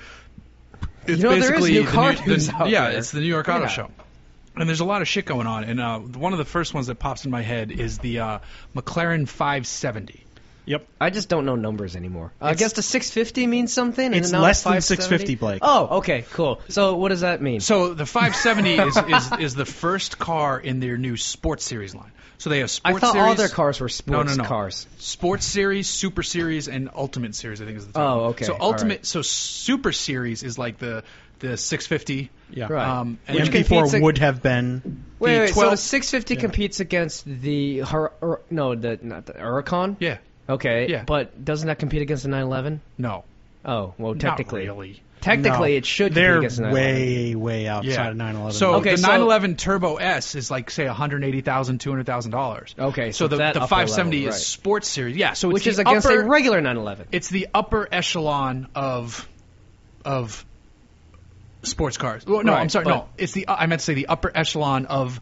[SPEAKER 1] It's
[SPEAKER 3] know, there is
[SPEAKER 1] basically
[SPEAKER 3] new
[SPEAKER 1] the
[SPEAKER 3] car
[SPEAKER 1] the-
[SPEAKER 3] news out
[SPEAKER 1] Yeah,
[SPEAKER 3] there.
[SPEAKER 1] it's the New York Auto
[SPEAKER 3] Yeah.
[SPEAKER 1] Show. And there's a lot of shit going on. And uh, one of the first ones that pops in my head is the uh, McLaren 570.
[SPEAKER 2] Yep.
[SPEAKER 3] I just don't know numbers anymore. I guess the 650 means something. and
[SPEAKER 2] It's
[SPEAKER 3] now
[SPEAKER 2] less than
[SPEAKER 3] 570?
[SPEAKER 2] 650, Blake.
[SPEAKER 3] Oh, okay, cool. So what does that mean?
[SPEAKER 1] So the 570 is, is is the first car in their new Sports Series line. So they have Sports
[SPEAKER 3] I thought
[SPEAKER 1] Series.
[SPEAKER 3] all their cars were
[SPEAKER 1] no,
[SPEAKER 3] sports
[SPEAKER 1] no, no.
[SPEAKER 3] cars.
[SPEAKER 1] Sports Series, Super Series, and Ultimate Series. I think is the. Title.
[SPEAKER 3] Oh, okay.
[SPEAKER 1] So
[SPEAKER 3] All
[SPEAKER 1] Ultimate,
[SPEAKER 3] right.
[SPEAKER 1] so Super Series is like the the 650.
[SPEAKER 2] Yeah.
[SPEAKER 3] Right.
[SPEAKER 1] Um, and
[SPEAKER 2] The
[SPEAKER 3] Which
[SPEAKER 1] then-
[SPEAKER 3] competes
[SPEAKER 2] MP4
[SPEAKER 3] ag-
[SPEAKER 2] would have been.
[SPEAKER 3] Wait, wait, so the
[SPEAKER 1] V12
[SPEAKER 3] 650 competes against the Hur- Ur- no, the not the Huracan.
[SPEAKER 1] yeah,
[SPEAKER 3] Okay.
[SPEAKER 1] Yeah.
[SPEAKER 3] But doesn't that compete against the 911?
[SPEAKER 1] no,
[SPEAKER 3] Oh, well, technically.
[SPEAKER 1] not really.
[SPEAKER 3] Technically,
[SPEAKER 2] No.
[SPEAKER 3] it should compete
[SPEAKER 2] They're
[SPEAKER 3] against the 911.
[SPEAKER 2] way, way outside
[SPEAKER 1] Yeah.
[SPEAKER 2] of 911.
[SPEAKER 1] So
[SPEAKER 3] Okay,
[SPEAKER 1] the
[SPEAKER 3] so-
[SPEAKER 1] 911 Turbo S is like say 180,000, 200,000 dollars.
[SPEAKER 3] Okay,
[SPEAKER 1] So,
[SPEAKER 3] so
[SPEAKER 1] the
[SPEAKER 3] that
[SPEAKER 1] the
[SPEAKER 3] upper
[SPEAKER 1] 570
[SPEAKER 3] level,
[SPEAKER 1] is
[SPEAKER 3] right.
[SPEAKER 1] sports series. Yeah. So it's
[SPEAKER 3] which
[SPEAKER 1] the
[SPEAKER 3] is against
[SPEAKER 1] upper,
[SPEAKER 3] a regular 911.
[SPEAKER 1] It's the upper echelon of of sports cars. Well, no,
[SPEAKER 3] Right,
[SPEAKER 1] I'm sorry.
[SPEAKER 3] but-
[SPEAKER 1] no, it's the I meant to say the upper echelon of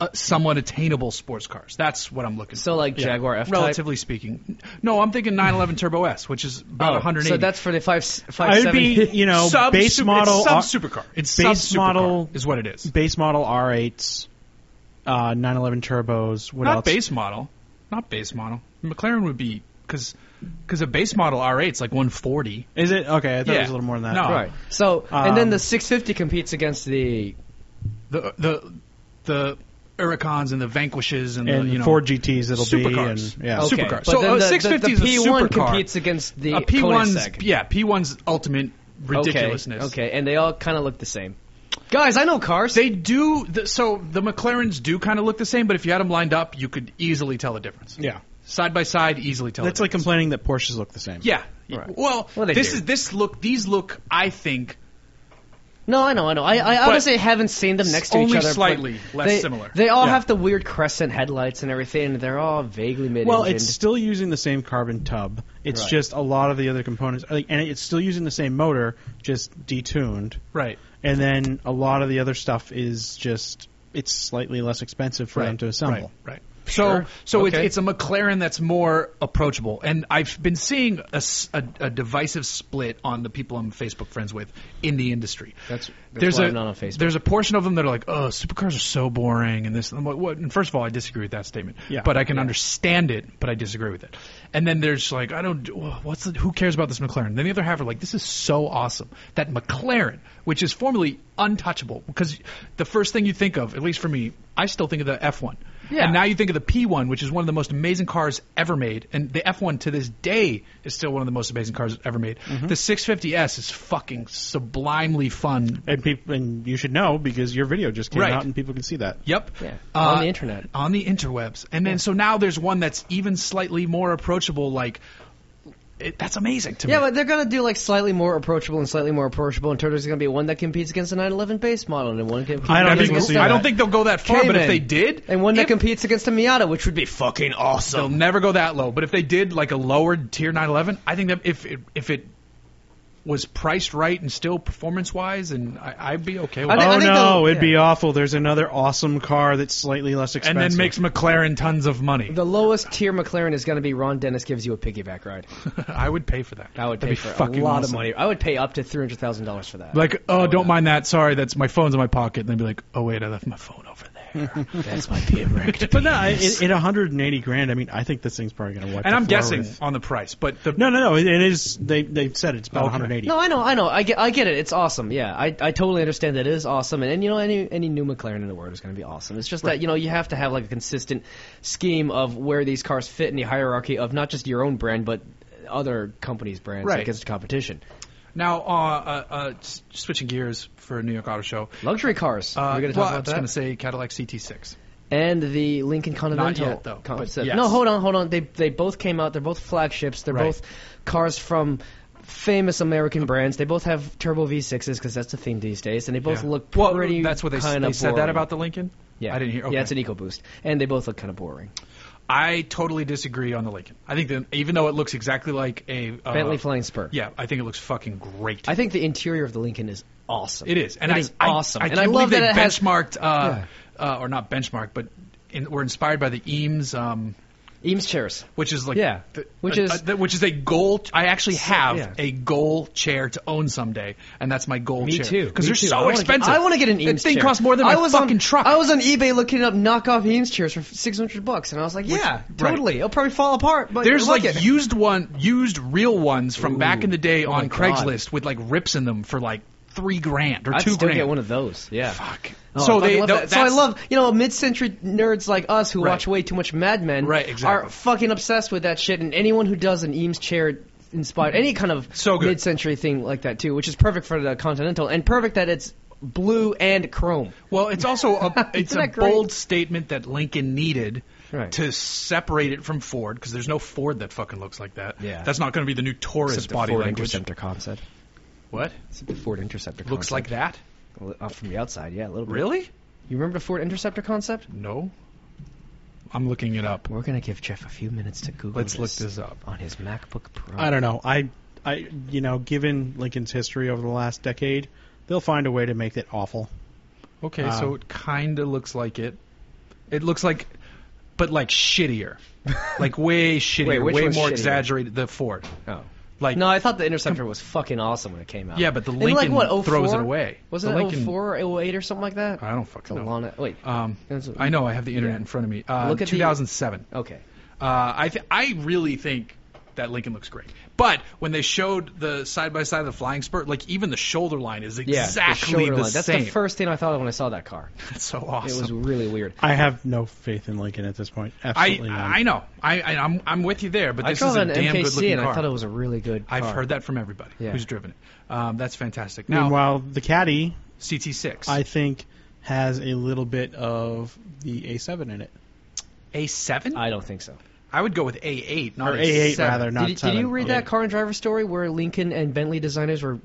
[SPEAKER 1] uh, somewhat attainable sports cars. That's what I'm looking
[SPEAKER 3] So
[SPEAKER 1] for.
[SPEAKER 3] like Jaguar F-Type.
[SPEAKER 1] Relatively speaking, no, I'm thinking 911 Turbo S, which is about
[SPEAKER 3] Oh,
[SPEAKER 1] 180.
[SPEAKER 3] So that's for the five five
[SPEAKER 2] I would be,
[SPEAKER 3] seventy.
[SPEAKER 2] you know,
[SPEAKER 1] Sub-
[SPEAKER 2] base
[SPEAKER 1] super-
[SPEAKER 2] model
[SPEAKER 1] it's
[SPEAKER 2] R-
[SPEAKER 1] sub supercar. It's
[SPEAKER 2] base
[SPEAKER 1] sub
[SPEAKER 2] model-
[SPEAKER 1] supercar is what it is.
[SPEAKER 2] base model R8s, uh, 911 turbos. What
[SPEAKER 1] not
[SPEAKER 2] else?
[SPEAKER 1] base model. Not base model. McLaren would be because a base model R8's like 140.
[SPEAKER 2] Is it okay? I thought it
[SPEAKER 1] Yeah.
[SPEAKER 2] was a little more than that.
[SPEAKER 1] No.
[SPEAKER 3] Right. So and then
[SPEAKER 2] Um,
[SPEAKER 3] the 650 competes against the
[SPEAKER 1] The the the Huracans and the Vanquishes and,
[SPEAKER 2] And
[SPEAKER 1] the, you know
[SPEAKER 2] Ford GTs it'll
[SPEAKER 1] supercars.
[SPEAKER 2] be, and yeah,
[SPEAKER 1] Oh,
[SPEAKER 3] okay.
[SPEAKER 1] supercar.
[SPEAKER 3] But
[SPEAKER 1] So,
[SPEAKER 3] then
[SPEAKER 1] uh,
[SPEAKER 3] the, the-
[SPEAKER 1] 650 is a
[SPEAKER 3] the P1
[SPEAKER 1] supercar.
[SPEAKER 3] competes against the
[SPEAKER 1] a P1's
[SPEAKER 3] Koenigsegg.
[SPEAKER 1] yeah P1's ultimate ridiculousness.
[SPEAKER 3] Okay, okay, and they all kind of look the same. Guys, I know cars.
[SPEAKER 1] They do the, so the McLarens do kind of look the same, but if you had them lined up, you could easily tell the difference.
[SPEAKER 2] yeah.
[SPEAKER 1] Side by side, easily tell.
[SPEAKER 2] That's
[SPEAKER 1] the
[SPEAKER 2] like
[SPEAKER 1] difference.
[SPEAKER 2] complaining that Porsches look the same.
[SPEAKER 1] Yeah.
[SPEAKER 3] Right.
[SPEAKER 1] Well,
[SPEAKER 3] Well, they
[SPEAKER 1] this
[SPEAKER 3] do.
[SPEAKER 1] is this look. These look, I think,
[SPEAKER 3] no, I know, I know. I, I honestly haven't seen them next to
[SPEAKER 1] only
[SPEAKER 3] each other. but
[SPEAKER 1] slightly less
[SPEAKER 3] they,
[SPEAKER 1] similar.
[SPEAKER 3] They all
[SPEAKER 2] Yeah.
[SPEAKER 3] have the weird crescent headlights and everything, and they're all vaguely mid-engined.
[SPEAKER 2] Well, it's still using the same carbon tub. It's
[SPEAKER 3] Right.
[SPEAKER 2] just a lot of the other components, like, and it's still using the same motor, just detuned.
[SPEAKER 1] right.
[SPEAKER 2] And then a lot of the other stuff is just it's slightly less expensive for them to assemble.
[SPEAKER 1] Right. right. So,
[SPEAKER 3] Sure.
[SPEAKER 1] so
[SPEAKER 3] Okay.
[SPEAKER 1] it's, it's a McLaren that's more approachable, and I've been seeing a, s- a- a divisive split on the people I'm Facebook friends with in the industry.
[SPEAKER 3] That's- that's
[SPEAKER 1] there's
[SPEAKER 3] why
[SPEAKER 1] a
[SPEAKER 3] I'm not on Facebook.
[SPEAKER 1] there's a portion of them that are like, "Oh, supercars are so boring," and this. And I'm like, "What?" And first of all, I disagree with that statement.
[SPEAKER 2] Yeah.
[SPEAKER 1] But I can understand it, but I disagree with it. And then there's like, "I don't. What's the, who cares about this McLaren?" Then the other half are like, "This is so awesome that McLaren, which is formerly untouchable, because the first thing you think of, at least for me, I still think of the F1.
[SPEAKER 3] Yeah.
[SPEAKER 1] And now you think of the P1, which is one of the most amazing cars ever made, and the F1 to this day is still one of the most amazing cars ever made.
[SPEAKER 3] Mm-hmm.
[SPEAKER 1] The 650S is fucking sublimely fun.
[SPEAKER 2] And people, and you should know because your video just came
[SPEAKER 1] Right.
[SPEAKER 2] out and people can see that.
[SPEAKER 1] Yep.
[SPEAKER 3] Yeah,
[SPEAKER 1] Uh,
[SPEAKER 3] on the internet.
[SPEAKER 1] On the interwebs. And then so now there's one that's even slightly more approachable like it, that's amazing to
[SPEAKER 3] Yeah,
[SPEAKER 1] me.
[SPEAKER 3] but they're gonna do like slightly more approachable and slightly more approachable, and there's gonna be one that competes against the 911 base model, and one competes
[SPEAKER 2] I don't
[SPEAKER 1] I,
[SPEAKER 2] think
[SPEAKER 3] against
[SPEAKER 1] think,
[SPEAKER 2] we'll see
[SPEAKER 1] I don't
[SPEAKER 2] that.
[SPEAKER 1] think they'll go that far, but if
[SPEAKER 3] Cayman,
[SPEAKER 1] they did,
[SPEAKER 3] and one that
[SPEAKER 1] if-
[SPEAKER 3] competes against a Miata, which would be fucking
[SPEAKER 1] they'll
[SPEAKER 3] awesome.
[SPEAKER 1] never go that low. But if they did like a lower tier 911, I think that if it, if it was priced right and still performance wise, and I, I'd be okay with
[SPEAKER 3] I
[SPEAKER 1] it.
[SPEAKER 3] think
[SPEAKER 2] oh
[SPEAKER 3] they'll-
[SPEAKER 2] no, it'd be
[SPEAKER 3] yeah.
[SPEAKER 2] awful. There's another awesome car that's slightly less
[SPEAKER 1] And
[SPEAKER 2] expensive.
[SPEAKER 1] then makes McLaren tons of money.
[SPEAKER 3] The lowest tier McLaren is gonna be Ron Dennis gives you a piggyback ride.
[SPEAKER 1] I would pay for that.
[SPEAKER 3] I would pay
[SPEAKER 1] That'd
[SPEAKER 3] for
[SPEAKER 1] be
[SPEAKER 3] a
[SPEAKER 1] fucking
[SPEAKER 3] lot of
[SPEAKER 1] awesome.
[SPEAKER 3] money. I would pay up to three hundred thousand dollars for that.
[SPEAKER 1] Like, oh, don't mind that. Sorry, that's my phone's in my pocket. And they'd be like, oh wait, I left my phone over there.
[SPEAKER 3] That's my being wrecked.
[SPEAKER 2] But no, at, at 180 grand, I mean, I think this thing's probably going to wipe.
[SPEAKER 1] and
[SPEAKER 2] the
[SPEAKER 1] I'm
[SPEAKER 2] floor
[SPEAKER 1] guessing
[SPEAKER 2] with-
[SPEAKER 1] on the price, but the
[SPEAKER 2] No, no, no. It, it is. They they said it's about
[SPEAKER 1] Okay.
[SPEAKER 2] 180.
[SPEAKER 3] No, I know, I know, I get, I get it. It's awesome. Yeah, I, I totally understand that it is awesome, and, and you know, any any new McLaren in the world is going to be awesome. It's just that you know you have to have like a consistent scheme of where these cars fit in the hierarchy of not just your own brand but other companies' brands
[SPEAKER 1] Right.
[SPEAKER 3] against competition.
[SPEAKER 1] now uh, uh, uh, s- switching gears for New York Auto Show.
[SPEAKER 3] Luxury cars.
[SPEAKER 1] Uh,
[SPEAKER 3] We're going to
[SPEAKER 1] well,
[SPEAKER 3] talk
[SPEAKER 1] I was
[SPEAKER 3] about that.
[SPEAKER 1] going to say Cadillac CT6.
[SPEAKER 3] and the Lincoln Continental.
[SPEAKER 1] yet, though, but
[SPEAKER 3] concept.
[SPEAKER 1] yes.
[SPEAKER 3] No, hold on, hold on. They they both came out. They're both flagships. They're
[SPEAKER 1] Right.
[SPEAKER 3] both cars from famous American brands. They both have turbo V6s because that's the theme these days, and they both
[SPEAKER 1] Yeah.
[SPEAKER 3] look
[SPEAKER 1] Well,
[SPEAKER 3] pretty.
[SPEAKER 1] that's what they, s-
[SPEAKER 3] kind
[SPEAKER 1] they said that about the Lincoln.
[SPEAKER 3] Yeah,
[SPEAKER 1] I didn't hear. Okay.
[SPEAKER 3] Yeah, it's an e- EcoBoost, and they both look kind of boring.
[SPEAKER 1] I totally disagree on the Lincoln. I think that even though it looks exactly like a uh,
[SPEAKER 3] Bentley Flying Spur.
[SPEAKER 1] yeah, I think it looks fucking great.
[SPEAKER 3] I think the interior of the Lincoln is awesome.
[SPEAKER 1] it is, and
[SPEAKER 3] It
[SPEAKER 1] I,
[SPEAKER 3] is
[SPEAKER 1] I-
[SPEAKER 3] awesome,
[SPEAKER 1] I,
[SPEAKER 3] and
[SPEAKER 1] can't
[SPEAKER 3] I love
[SPEAKER 1] believe
[SPEAKER 3] that it
[SPEAKER 1] they
[SPEAKER 3] has
[SPEAKER 1] benchmarked, uh, uh, or not benchmarked, but in, were inspired by the Eames. Um,
[SPEAKER 3] Eames chairs.
[SPEAKER 1] which is like
[SPEAKER 3] Yeah, which
[SPEAKER 1] a-
[SPEAKER 3] is-
[SPEAKER 1] a- which is a goal. I actually have
[SPEAKER 3] yeah.
[SPEAKER 1] a goal chair to own someday, and that's my goal
[SPEAKER 3] Me
[SPEAKER 1] chair.
[SPEAKER 3] too.
[SPEAKER 1] Because
[SPEAKER 3] me
[SPEAKER 1] they're
[SPEAKER 3] too. I
[SPEAKER 1] so
[SPEAKER 3] wanna get-
[SPEAKER 1] expensive.
[SPEAKER 3] I want to get an Eames
[SPEAKER 1] That thing
[SPEAKER 3] chair.
[SPEAKER 1] costs more than
[SPEAKER 3] I
[SPEAKER 1] my
[SPEAKER 3] was
[SPEAKER 1] fucking
[SPEAKER 3] on,
[SPEAKER 1] truck.
[SPEAKER 3] I was on eBay looking up knockoff Eames chairs for six hundred bucks, and I was like, yeah,
[SPEAKER 1] right.
[SPEAKER 3] totally. It'll probably fall apart. But
[SPEAKER 1] There's
[SPEAKER 3] I like,
[SPEAKER 1] like
[SPEAKER 3] it. Oh
[SPEAKER 1] used one, used real ones from back in the day on
[SPEAKER 3] my God.
[SPEAKER 1] Craigslist with like rips in them for like three grand or
[SPEAKER 3] I'd
[SPEAKER 1] two
[SPEAKER 3] still
[SPEAKER 1] grand.
[SPEAKER 3] get one of those. Yeah.
[SPEAKER 1] Fuck.
[SPEAKER 3] Oh, I
[SPEAKER 1] so
[SPEAKER 3] fucking
[SPEAKER 1] they,
[SPEAKER 3] love
[SPEAKER 1] tho-
[SPEAKER 3] that. so I
[SPEAKER 1] that's-
[SPEAKER 3] love you know mid-century nerds like us who
[SPEAKER 1] Right.
[SPEAKER 3] watch way too much Mad Men
[SPEAKER 1] Right, exactly.
[SPEAKER 3] are fucking obsessed with that shit, and anyone who does an Eames chair inspired any kind of
[SPEAKER 1] So good.
[SPEAKER 3] mid-century thing like that too, which is perfect for the Continental and perfect that it's blue and chrome.
[SPEAKER 1] Well, it's also a it's
[SPEAKER 3] Isn't
[SPEAKER 1] a
[SPEAKER 3] that great?
[SPEAKER 1] bold statement that Lincoln needed
[SPEAKER 3] Right.
[SPEAKER 1] to separate it from Ford because there's no Ford that fucking looks like that.
[SPEAKER 3] Yeah.
[SPEAKER 1] That's not going to be the new Taurus
[SPEAKER 3] Except the
[SPEAKER 1] body
[SPEAKER 3] Ford
[SPEAKER 1] language.
[SPEAKER 3] Interceptor concept.
[SPEAKER 1] What?
[SPEAKER 3] It's the Ford Interceptor.
[SPEAKER 1] Looks like
[SPEAKER 3] concept.
[SPEAKER 1] that?
[SPEAKER 3] Uh, from the outside, yeah, a little bit.
[SPEAKER 1] Really?
[SPEAKER 3] You remember the Ford Interceptor concept?
[SPEAKER 1] No. I'm looking it up.
[SPEAKER 3] We're gonna give Jeff a few minutes to Google.
[SPEAKER 1] Let's look this up.
[SPEAKER 3] on his MacBook Pro.
[SPEAKER 2] I don't know. I, I, you know, given Lincoln's history over the last decade, they'll find a way to make it awful.
[SPEAKER 1] Okay,
[SPEAKER 2] Um,
[SPEAKER 3] Uh,
[SPEAKER 1] so it kind of looks like it. It looks like, but like shittier, like way shittier,
[SPEAKER 3] which
[SPEAKER 1] way
[SPEAKER 3] one's
[SPEAKER 1] more
[SPEAKER 3] shittier?
[SPEAKER 1] exaggerated. The Ford,
[SPEAKER 3] Oh.
[SPEAKER 1] like
[SPEAKER 3] No, I thought the Interceptor was fucking awesome when it came out.
[SPEAKER 1] yeah, but the
[SPEAKER 3] And,
[SPEAKER 1] Lincoln
[SPEAKER 3] Oh. like, what,
[SPEAKER 1] throws
[SPEAKER 3] 04?
[SPEAKER 1] it away.
[SPEAKER 3] Wasn't
[SPEAKER 1] the
[SPEAKER 3] it
[SPEAKER 1] Lincoln,
[SPEAKER 3] 04 or 08 or something like that?
[SPEAKER 1] I don't fucking know.
[SPEAKER 3] Solana. Wait.
[SPEAKER 1] Um,
[SPEAKER 3] That's what-
[SPEAKER 1] I know I have the internet in front of me. Uh,
[SPEAKER 3] Look at the-
[SPEAKER 1] 2007.
[SPEAKER 3] Okay.
[SPEAKER 1] Uh, I th- I really think that Lincoln looks great. But when they showed the side by side of the flying spurt, like even the shoulder line is
[SPEAKER 3] Yeah.
[SPEAKER 1] exactly
[SPEAKER 3] the, shoulder
[SPEAKER 1] the,
[SPEAKER 3] line. That's
[SPEAKER 1] same.
[SPEAKER 3] the first thing I thought of when I saw that car.
[SPEAKER 1] That's so
[SPEAKER 3] It
[SPEAKER 1] awesome.
[SPEAKER 3] was really weird.
[SPEAKER 2] I have no faith in Lincoln at this point.
[SPEAKER 1] I
[SPEAKER 2] Absolutely none.
[SPEAKER 1] I know. I, I I'm I'm with you there. But
[SPEAKER 3] I
[SPEAKER 1] this
[SPEAKER 3] drove
[SPEAKER 1] is a
[SPEAKER 3] an
[SPEAKER 1] damn good
[SPEAKER 3] MKC
[SPEAKER 1] looking
[SPEAKER 3] and
[SPEAKER 1] car.
[SPEAKER 3] I thought it was a really good.
[SPEAKER 1] I've
[SPEAKER 3] car.
[SPEAKER 1] heard that from everybody
[SPEAKER 3] Yeah.
[SPEAKER 1] who's driven it. Um, that's fantastic. Now
[SPEAKER 2] Meanwhile, the Caddy,
[SPEAKER 1] CT6,
[SPEAKER 2] I think, has a little bit of the A7 in it,
[SPEAKER 1] A7. I,
[SPEAKER 3] I don't think so.
[SPEAKER 1] would go with A8, not
[SPEAKER 2] or A8
[SPEAKER 1] 7.
[SPEAKER 2] rather, not
[SPEAKER 3] did, you- did
[SPEAKER 2] 7.
[SPEAKER 3] you read
[SPEAKER 2] Yeah.
[SPEAKER 3] that car and driver story where Lincoln and Bentley designers were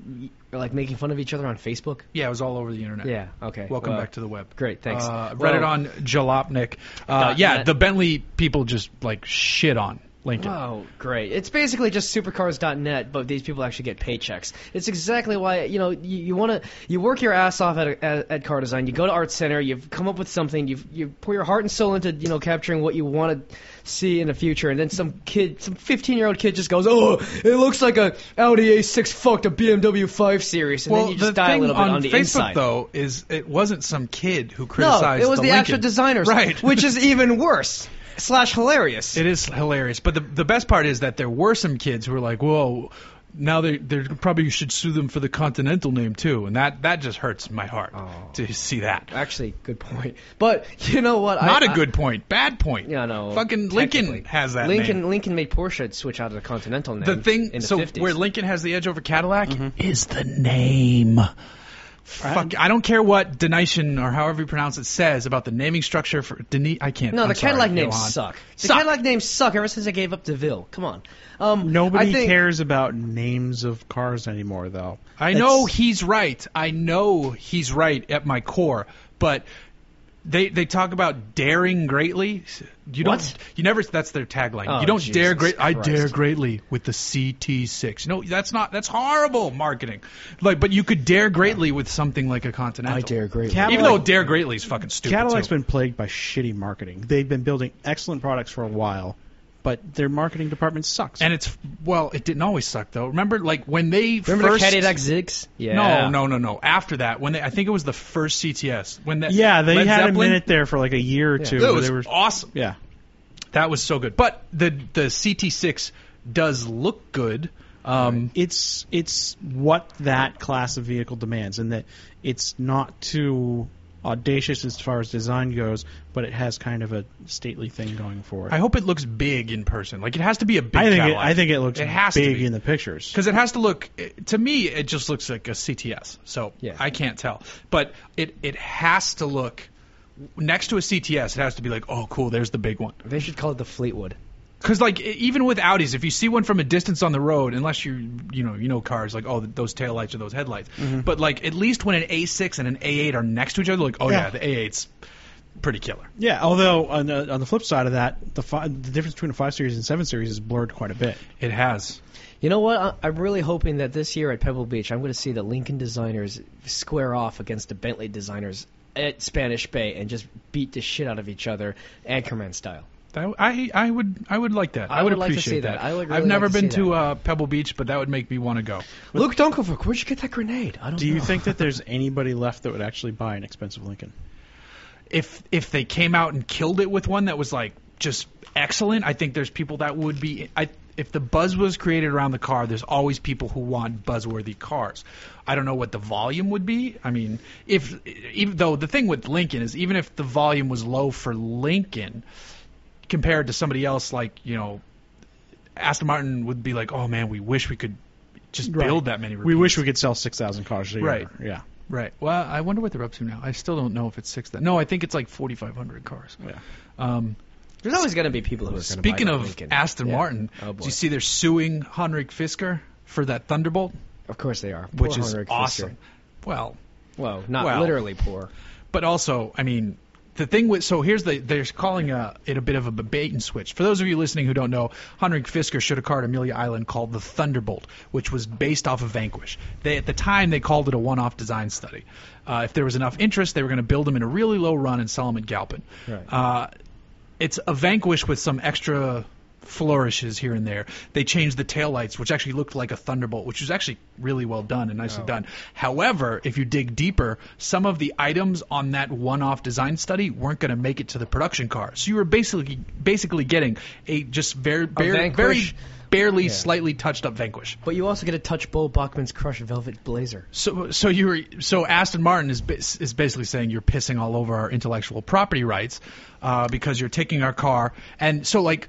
[SPEAKER 3] like making fun of each other on Facebook?
[SPEAKER 1] Yeah, it was all over the internet.
[SPEAKER 3] Yeah. Okay.
[SPEAKER 1] Welcome
[SPEAKER 3] well,
[SPEAKER 1] back to the web.
[SPEAKER 3] Great, thanks.
[SPEAKER 1] Uh, read
[SPEAKER 3] Well-
[SPEAKER 1] it on Jalopnik. Uh,
[SPEAKER 3] Dot
[SPEAKER 1] yeah,
[SPEAKER 3] net.
[SPEAKER 1] the Bentley people just like shit on Lincoln.
[SPEAKER 3] Oh, great. It's basically just supercars.net, but these people actually get paychecks. It's exactly why, you know, you, you want to, you work your ass off at, at, at car design, you go to art center, you've come up with something, you've, you pour your heart and soul into, you know, capturing what you want to see in the future, and then some kid, some 15 year old kid just goes, oh, it looks like a Audi A6 fucked a BMW 5 Series, and
[SPEAKER 1] well,
[SPEAKER 3] then you
[SPEAKER 1] the
[SPEAKER 3] just die a
[SPEAKER 1] thing
[SPEAKER 3] little bit on, the
[SPEAKER 1] Facebook
[SPEAKER 3] inside.
[SPEAKER 1] though is it wasn't some kid who
[SPEAKER 3] no,
[SPEAKER 1] criticized
[SPEAKER 3] it was the,
[SPEAKER 1] Lincoln.
[SPEAKER 3] actual designers,
[SPEAKER 1] right?
[SPEAKER 3] Which is even worse slash hilarious.
[SPEAKER 1] It is hilarious, but the the best part is that there were some kids who were like, "Whoa, now they they probably should sue them for the Continental name too," and that that just hurts my heart to see that.
[SPEAKER 3] Actually, good point. But you know what?
[SPEAKER 1] Not
[SPEAKER 3] a
[SPEAKER 1] a good point, bad point.
[SPEAKER 3] Yeah, no.
[SPEAKER 1] Fucking
[SPEAKER 3] technically.
[SPEAKER 1] Lincoln has that
[SPEAKER 3] Lincoln
[SPEAKER 1] name.
[SPEAKER 3] Lincoln made Porsche switch out of the Continental name.
[SPEAKER 1] The thing,
[SPEAKER 3] in the
[SPEAKER 1] so
[SPEAKER 3] 50s.
[SPEAKER 1] where Lincoln has the edge over Cadillac is the name. Fuck, I don't care what Denician or however you pronounce it says about the naming structure for Deni. I can't.
[SPEAKER 3] no,
[SPEAKER 1] I'm
[SPEAKER 3] the
[SPEAKER 1] sorry,
[SPEAKER 3] Cadillac names
[SPEAKER 1] Johan.
[SPEAKER 3] suck. The
[SPEAKER 1] Suck.
[SPEAKER 3] Cadillac names suck ever since I gave up DeVille. Come on. Um,
[SPEAKER 2] Nobody
[SPEAKER 3] I think,
[SPEAKER 2] cares about names of cars anymore, though.
[SPEAKER 1] I
[SPEAKER 2] It's-
[SPEAKER 1] know he's right. I know he's right at my core, but they they talk about daring greatly. You don't
[SPEAKER 3] What?
[SPEAKER 1] you never that's their tagline.
[SPEAKER 3] Oh,
[SPEAKER 1] you don't
[SPEAKER 3] Jesus
[SPEAKER 1] dare great I
[SPEAKER 3] Christ.
[SPEAKER 1] dare greatly with the CT6. No, that's not that's horrible marketing. Like but you could dare greatly with something like a Continental.
[SPEAKER 3] great.
[SPEAKER 2] Cadillac-
[SPEAKER 1] Even though dare greatly is fucking stupid.
[SPEAKER 2] Cadillac's
[SPEAKER 1] too.
[SPEAKER 2] been plagued by shitty marketing. They've been building excellent products for a while, but their marketing department sucks.
[SPEAKER 1] and it's well, it didn't always suck though. Remember like when they
[SPEAKER 3] Remember
[SPEAKER 1] first
[SPEAKER 3] the Cadillac Zigs? Yeah.
[SPEAKER 1] No, no, no, no. After that, when they, I think it was the first CTS when that
[SPEAKER 2] yeah, they
[SPEAKER 1] Led
[SPEAKER 2] had
[SPEAKER 1] Zeppelin-
[SPEAKER 2] a minute there for like a year or two.
[SPEAKER 1] Dude, it
[SPEAKER 2] where
[SPEAKER 1] was
[SPEAKER 2] they were,
[SPEAKER 1] awesome.
[SPEAKER 2] yeah.
[SPEAKER 1] That was so good. But the the CT6 does look good. Um,
[SPEAKER 2] it's it's what that class of vehicle demands, and that it's not too audacious as far as design goes, but it has kind of a stately thing going for it.
[SPEAKER 1] I hope it looks big in person. Like it has to be a big.
[SPEAKER 2] I think it,
[SPEAKER 1] Cadillac.
[SPEAKER 2] I think it looks
[SPEAKER 1] It has to
[SPEAKER 2] big
[SPEAKER 1] be.
[SPEAKER 2] in the pictures.
[SPEAKER 1] because it has to look to me it just looks like a CTS. So
[SPEAKER 3] Yeah.
[SPEAKER 1] I can't tell, but it it has to look next to a CTS. It has to be like oh cool, there's the big one.
[SPEAKER 3] They should call it the Fleetwood.
[SPEAKER 1] Because like e- even with Audis, if you see one from a distance on the road, unless you you know you know cars like oh th- those taillights or those headlights,
[SPEAKER 3] Mm-hmm.
[SPEAKER 1] but like at least when an A6 and an A8 are next to each other, like oh yeah,
[SPEAKER 2] Yeah.
[SPEAKER 1] the A8's pretty killer.
[SPEAKER 2] Yeah, although on the, on the flip side of that, the fi- the difference between a five series and seven series is blurred quite a bit.
[SPEAKER 1] It has.
[SPEAKER 3] You know what? I- I'm really hoping that this year at Pebble Beach, I'm going to see the Lincoln designers square off against the Bentley designers at Spanish Bay and just beat the shit out of each other, Anchorman style.
[SPEAKER 1] That, I I would I would like that.
[SPEAKER 3] I
[SPEAKER 1] I, would,
[SPEAKER 3] would like to see
[SPEAKER 1] appreciate
[SPEAKER 3] that. I would
[SPEAKER 1] I've
[SPEAKER 3] really
[SPEAKER 1] never
[SPEAKER 3] like to
[SPEAKER 1] been
[SPEAKER 3] see
[SPEAKER 1] to
[SPEAKER 3] that.
[SPEAKER 1] uh, Pebble Beach, but that would make me want to go.
[SPEAKER 3] Luke Dunkelfork, where'd you get that grenade? I don't
[SPEAKER 2] Do
[SPEAKER 3] know.
[SPEAKER 2] you think that there's anybody left that would actually buy an expensive Lincoln?
[SPEAKER 1] If if they came out and killed it with one that was like just excellent, I think there's people that would be. I if the buzz was created around the car, there's always people who want buzzworthy cars. I don't know what the volume would be. I mean, if even though the thing with Lincoln is even if the volume was low for Lincoln compared to somebody else like you know Aston Martin would be like, oh man, we wish we could just build that many. Repeats.
[SPEAKER 2] We wish we could sell six thousand cars a year.
[SPEAKER 1] Right.
[SPEAKER 2] Yeah.
[SPEAKER 1] Right. Well, I wonder what they're up to now. I still don't know if it's six. That no, I think it's like 4,500 cars.
[SPEAKER 2] Yeah.
[SPEAKER 1] Um,
[SPEAKER 3] There's always going to be people who are going to
[SPEAKER 1] speaking of Aston Martin,
[SPEAKER 3] Oh, boy.
[SPEAKER 1] do you see they're suing Henrik Fisker for that Thunderbolt?
[SPEAKER 3] Of course they are.
[SPEAKER 1] which
[SPEAKER 3] Poor
[SPEAKER 1] is
[SPEAKER 3] Henrik
[SPEAKER 1] awesome.
[SPEAKER 3] Fisker.
[SPEAKER 1] Well,
[SPEAKER 3] Well, not
[SPEAKER 1] Well.
[SPEAKER 3] literally poor.
[SPEAKER 1] but also, I mean, the thing with so here's the they're calling uh it a bit of a bait and switch. For those of you listening who don't know, Henrik Fisker showed a car at Amelia Island called the Thunderbolt, which was based off of Vanquish. They at the time they called it a one-off design study. Uh, if there was enough interest, they were going to build them in a really low run and sell them at Galpin.
[SPEAKER 3] Right.
[SPEAKER 1] Uh, it's a Vanquish with some extra flourishes here and there. They changed the taillights, which actually looked like a Thunderbolt, which was actually really well done and
[SPEAKER 3] Oh.
[SPEAKER 1] nicely done. However, if you dig deeper, some of the items on that one-off design study weren't going to make it to the production car. So you were basically basically getting a just very very, very
[SPEAKER 3] Vanquish.
[SPEAKER 1] barely
[SPEAKER 3] Yeah.
[SPEAKER 1] slightly touched up Vanquish.
[SPEAKER 3] But you also get to touch Bo Bachman's crushed velvet blazer.
[SPEAKER 1] So, so you were, so Aston Martin is ba- is basically saying you're pissing all over our intellectual property rights uh, because you're taking our car, and so like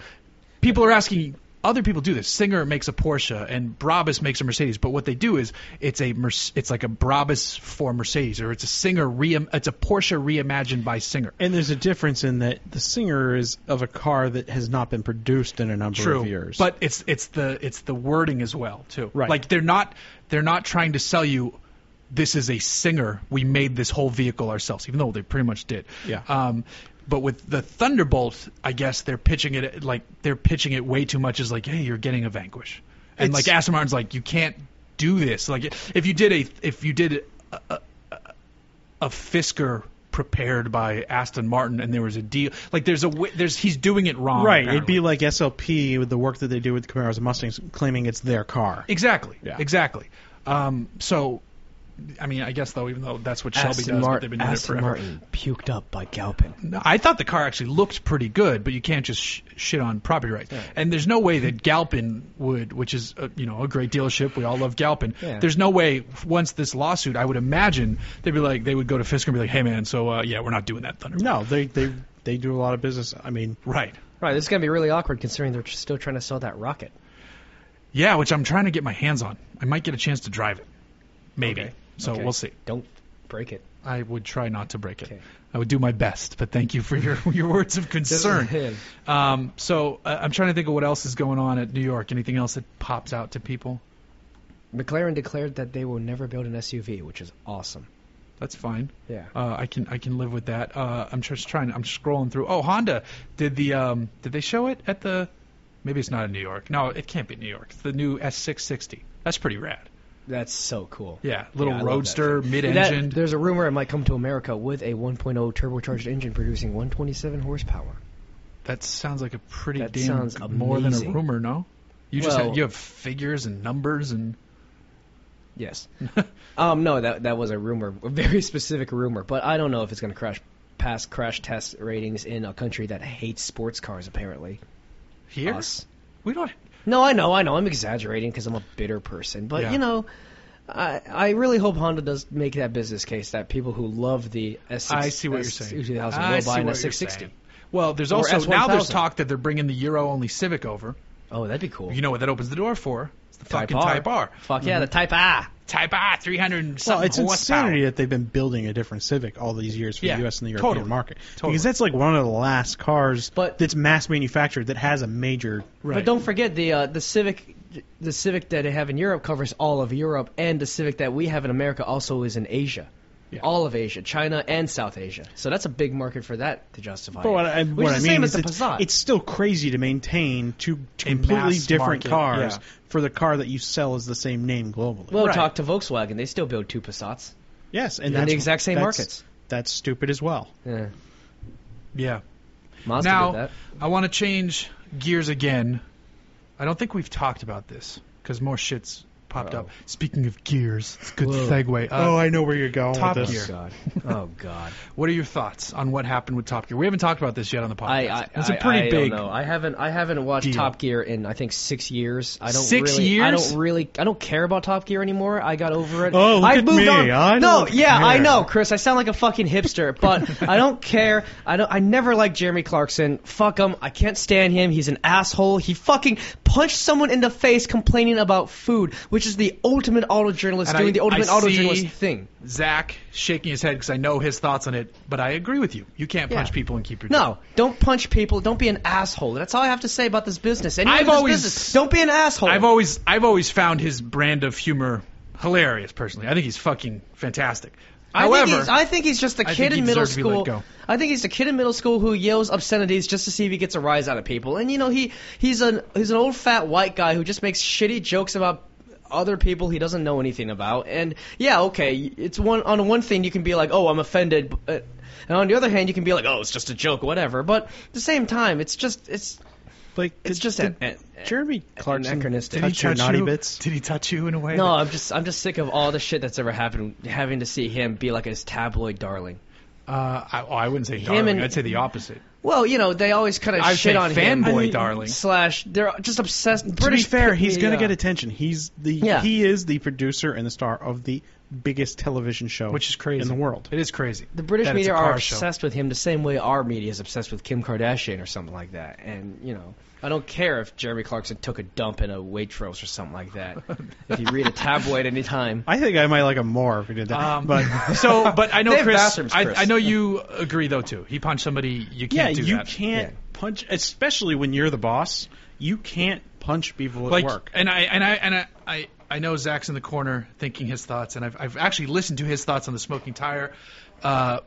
[SPEAKER 1] people are asking. Other people do this. Singer makes a Porsche and Brabus makes a Mercedes, but what they do is it's a Mer- it's like a Brabus for Mercedes, or it's a Singer re it's a Porsche reimagined by Singer.
[SPEAKER 2] And there's a difference in that the Singer is of a car that has not been produced in a number of years.
[SPEAKER 1] But it's it's the it's the wording as well too.
[SPEAKER 2] Right.
[SPEAKER 1] Like they're not they're not trying to sell you this is a singer. We made this whole vehicle ourselves, even though they pretty much did.
[SPEAKER 2] Yeah.
[SPEAKER 1] Um, but with the Thunderbolt, I guess they're pitching it like they're pitching it way too much as like, hey, you're getting a Vanquish, and
[SPEAKER 2] It's-
[SPEAKER 1] like Aston Martin's like, you can't do this. Like if you did a if you did a, a, a Fisker prepared by Aston Martin and there was a deal like there's a wi- there's he's doing it wrong
[SPEAKER 2] right, it'd
[SPEAKER 1] apparently.
[SPEAKER 2] be like SLP with the work that they do with Camaros and Mustangs, claiming it's their car.
[SPEAKER 1] Exactly.
[SPEAKER 2] Yeah.
[SPEAKER 1] Exactly. Um, so, I mean, I guess though, even though that's what Shelby
[SPEAKER 3] Aston,
[SPEAKER 1] does,
[SPEAKER 3] Mar-
[SPEAKER 1] but they've been doing
[SPEAKER 3] Aston
[SPEAKER 1] it forever.
[SPEAKER 3] Martin puked up by Galpin.
[SPEAKER 1] No, I thought the car actually looked pretty good, but you can't just sh- shit on property rights. And there's no way that Galpin would, which is a, you know a great dealership. We all love Galpin.
[SPEAKER 3] Yeah.
[SPEAKER 1] There's no way once this lawsuit, I would imagine they'd be like they would go to Fisker and be like, hey man, so uh, yeah, we're not doing that Thunder.
[SPEAKER 2] No, they they they do a lot of business. I mean,
[SPEAKER 1] Right.
[SPEAKER 3] Right, this is gonna be really awkward considering they're still trying to sell that rocket.
[SPEAKER 1] Yeah, which I'm trying to get my hands on. I might get a chance to drive it. Maybe.
[SPEAKER 3] Okay.
[SPEAKER 1] So
[SPEAKER 3] Okay.
[SPEAKER 1] we'll see.
[SPEAKER 3] Don't break it.
[SPEAKER 1] I would try not to break it.
[SPEAKER 3] Okay.
[SPEAKER 1] I would do my best, but thank you for your your words of concern. Um, so uh, I'm trying to think of what else is going on at New York. Anything else that pops out to people?
[SPEAKER 3] McLaren declared that they will never build an SUV, which is awesome.
[SPEAKER 1] That's fine.
[SPEAKER 3] Yeah.
[SPEAKER 1] Uh, I can I can live with that. Uh, I'm just trying. I'm scrolling through. Oh, Honda did the um, did they show it at the? Maybe it's not in New York. No, it can't be New York. It's the new S660. That's pretty rad.
[SPEAKER 3] That's so cool.
[SPEAKER 1] Yeah, little
[SPEAKER 3] I love that
[SPEAKER 1] roadster,
[SPEAKER 3] thing.
[SPEAKER 1] mid-engined.
[SPEAKER 3] That- there's a rumor it might come to America with a 1.0 turbocharged engine producing 127 horsepower.
[SPEAKER 1] That sounds like a pretty
[SPEAKER 3] That
[SPEAKER 1] damn
[SPEAKER 3] sounds
[SPEAKER 1] good- more than a
[SPEAKER 3] amazing.
[SPEAKER 1] rumor, no? You just
[SPEAKER 3] Well-
[SPEAKER 1] have, you have figures and numbers and
[SPEAKER 3] Yes. um, no, that that was a rumor, a very specific rumor. But I don't know if it's going to crash past crash test ratings in a country that hates sports cars. Apparently,
[SPEAKER 1] here
[SPEAKER 3] us.
[SPEAKER 1] we don't.
[SPEAKER 3] No, I know, I know. I'm exaggerating because I'm a bitter person. But
[SPEAKER 1] Yeah.
[SPEAKER 3] you know, I I really hope Honda does make that business case that people who love the S6,
[SPEAKER 1] I see what you're saying.
[SPEAKER 3] 2000
[SPEAKER 1] I
[SPEAKER 3] will
[SPEAKER 1] see
[SPEAKER 3] buy an
[SPEAKER 1] what you're
[SPEAKER 3] S660.
[SPEAKER 1] saying. Well, there's
[SPEAKER 3] Or
[SPEAKER 1] also now there's
[SPEAKER 3] S1000.
[SPEAKER 1] talk that they're bringing the Euro only Civic over.
[SPEAKER 3] Oh, that'd be cool.
[SPEAKER 1] You know what that opens the door for? It's the
[SPEAKER 3] Type
[SPEAKER 1] fucking
[SPEAKER 3] R.
[SPEAKER 1] Type R. Mm-hmm.
[SPEAKER 3] Fuck yeah, the Type R.
[SPEAKER 1] Type R, 300 and something
[SPEAKER 2] well, it's
[SPEAKER 1] horsepower.
[SPEAKER 2] insanity that they've been building a different Civic all these years for
[SPEAKER 1] Yeah,
[SPEAKER 2] the U.S. and the European
[SPEAKER 1] totally.
[SPEAKER 2] market
[SPEAKER 1] Totally.
[SPEAKER 2] because that's like one of the last cars
[SPEAKER 3] But-
[SPEAKER 2] that's mass manufactured that has a major.
[SPEAKER 1] Right.
[SPEAKER 3] But don't forget the uh, the Civic, the Civic that they have in Europe covers all of Europe, and the Civic that we have in America also is in Asia,
[SPEAKER 1] Yeah.
[SPEAKER 3] all of Asia, China and South Asia. So that's a big market for that to justify.
[SPEAKER 2] But what
[SPEAKER 3] it.
[SPEAKER 2] I,
[SPEAKER 3] Which is
[SPEAKER 2] what I
[SPEAKER 3] the
[SPEAKER 2] mean
[SPEAKER 3] same
[SPEAKER 2] is
[SPEAKER 3] as the
[SPEAKER 2] it's,
[SPEAKER 3] Passat.
[SPEAKER 2] it's still crazy to maintain two
[SPEAKER 1] A
[SPEAKER 2] completely
[SPEAKER 1] mass market,
[SPEAKER 2] different cars
[SPEAKER 1] yeah.
[SPEAKER 2] for the car that you sell as the same name globally.
[SPEAKER 3] well,
[SPEAKER 1] right.
[SPEAKER 3] talk to Volkswagen; they still build two Passats
[SPEAKER 2] yes, and
[SPEAKER 3] in
[SPEAKER 2] that's-
[SPEAKER 3] the exact same
[SPEAKER 2] that's-
[SPEAKER 3] markets.
[SPEAKER 2] That's stupid as well.
[SPEAKER 3] Yeah.
[SPEAKER 1] Yeah.
[SPEAKER 3] Mazda did
[SPEAKER 1] Now
[SPEAKER 3] that.
[SPEAKER 1] I want to change gears again. I don't think we've talked about this because more shits popped
[SPEAKER 3] Uh-oh.
[SPEAKER 1] up. Speaking of gears, it's a good
[SPEAKER 3] Oh. Whoa.
[SPEAKER 1] segue. Uh,
[SPEAKER 2] oh, I know where you're going
[SPEAKER 1] Top
[SPEAKER 2] with
[SPEAKER 3] Oh
[SPEAKER 1] Gear.
[SPEAKER 2] this.
[SPEAKER 3] God! Oh God!
[SPEAKER 1] What are your thoughts on what happened with Top Gear? We haven't talked about this yet on the podcast.
[SPEAKER 3] I, I
[SPEAKER 1] it's a
[SPEAKER 3] I-
[SPEAKER 1] pretty
[SPEAKER 3] I
[SPEAKER 1] big.
[SPEAKER 3] Don't know. I haven't I haven't watched
[SPEAKER 1] deal.
[SPEAKER 3] Top Gear in I think six years. I don't
[SPEAKER 1] Six
[SPEAKER 3] really, I
[SPEAKER 1] years?
[SPEAKER 3] don't really I don't care about Top Gear anymore. I got over it.
[SPEAKER 2] Oh, look
[SPEAKER 3] I
[SPEAKER 2] at
[SPEAKER 3] moved
[SPEAKER 2] me.
[SPEAKER 3] on.
[SPEAKER 2] I
[SPEAKER 3] no,
[SPEAKER 2] don't
[SPEAKER 3] yeah, I
[SPEAKER 2] care.
[SPEAKER 3] know, Chris. I sound like a fucking hipster, but I don't care. I don't. I never liked Jeremy Clarkson. Fuck him. I can't stand him. He's an asshole. He fucking punched someone in the face complaining about food, which is the ultimate auto journalist
[SPEAKER 1] And
[SPEAKER 3] doing
[SPEAKER 1] I-
[SPEAKER 3] the ultimate
[SPEAKER 1] I
[SPEAKER 3] auto
[SPEAKER 1] see-
[SPEAKER 3] journalist thing.
[SPEAKER 1] Zach shaking his head because I know his thoughts on it, but I agree with you. You can't punch
[SPEAKER 3] Yeah.
[SPEAKER 1] people and keep your
[SPEAKER 3] No, don't punch people. Don't be an asshole. That's all I have to say about this business. Anyone
[SPEAKER 1] I've
[SPEAKER 3] in this
[SPEAKER 1] always-
[SPEAKER 3] business, don't be an asshole.
[SPEAKER 1] I've always I've always found his brand of humor hilarious personally. I think he's fucking fantastic.
[SPEAKER 3] I think,
[SPEAKER 1] However,
[SPEAKER 3] he's, I think he's just a
[SPEAKER 1] I
[SPEAKER 3] kid
[SPEAKER 1] think he
[SPEAKER 3] in middle
[SPEAKER 1] deserved to be let
[SPEAKER 3] school.
[SPEAKER 1] go.
[SPEAKER 3] I think he's a kid in middle school who yells obscenities just to see if he gets a rise out of people. And you know, he he's an he's an old fat white guy who just makes shitty jokes about other people he doesn't know anything about. And yeah, okay, it's one on one thing you can be like, oh, I'm offended, but, and on the other hand, you can be like, oh, it's just a joke, whatever. But at the same time, it's just it's
[SPEAKER 2] Like
[SPEAKER 3] it's
[SPEAKER 2] did-
[SPEAKER 3] just
[SPEAKER 2] did
[SPEAKER 3] an, an,
[SPEAKER 2] Jeremy Clarkson.
[SPEAKER 3] anachronistic.
[SPEAKER 2] Did he touch your naughty
[SPEAKER 1] you?
[SPEAKER 2] bits?
[SPEAKER 1] Did he touch you in a way?
[SPEAKER 3] no,
[SPEAKER 1] that-
[SPEAKER 3] I'm just I'm just sick of all the shit that's ever happened. Having to see him be like his tabloid darling.
[SPEAKER 1] Uh, I, oh, I wouldn't say darling.
[SPEAKER 3] and-
[SPEAKER 1] I'd say the opposite.
[SPEAKER 3] Well, you know, they always kind of
[SPEAKER 1] I'd
[SPEAKER 3] shit
[SPEAKER 1] say
[SPEAKER 3] on him.
[SPEAKER 1] fanboy
[SPEAKER 2] I mean,
[SPEAKER 1] darling.
[SPEAKER 3] Slash, they're just obsessed.
[SPEAKER 2] To be
[SPEAKER 3] British
[SPEAKER 2] fair,
[SPEAKER 3] pit-
[SPEAKER 2] he's going to
[SPEAKER 3] yeah.
[SPEAKER 2] get attention. He's the
[SPEAKER 3] Yeah.
[SPEAKER 2] he is the producer and the star of the biggest television show,
[SPEAKER 1] Which is crazy
[SPEAKER 2] in the world.
[SPEAKER 1] It is crazy.
[SPEAKER 3] The British
[SPEAKER 1] that it's a
[SPEAKER 3] media are
[SPEAKER 1] car show.
[SPEAKER 3] obsessed with him the same way our media is obsessed with Kim Kardashian or something like that. And you know, I don't care if Jeremy Clarkson took a dump in a Waitrose or something like that. if you read a tabloid any time,
[SPEAKER 2] I think I might like him more if he did that.
[SPEAKER 1] Um,
[SPEAKER 2] but
[SPEAKER 1] so, but I
[SPEAKER 3] They
[SPEAKER 1] know
[SPEAKER 3] have
[SPEAKER 1] Chris,
[SPEAKER 3] bathrooms, Chris.
[SPEAKER 1] I, I know you agree though too. He punched somebody. You
[SPEAKER 2] yeah,
[SPEAKER 1] can't do
[SPEAKER 2] you
[SPEAKER 1] that.
[SPEAKER 2] can't
[SPEAKER 3] Yeah.
[SPEAKER 2] punch, especially when you're the boss. You can't punch people at
[SPEAKER 1] like,
[SPEAKER 2] work.
[SPEAKER 1] and I and I and I, I I know Zach's in the corner thinking his thoughts, and I've I've actually listened to his thoughts on the Smoking Tire. Uh,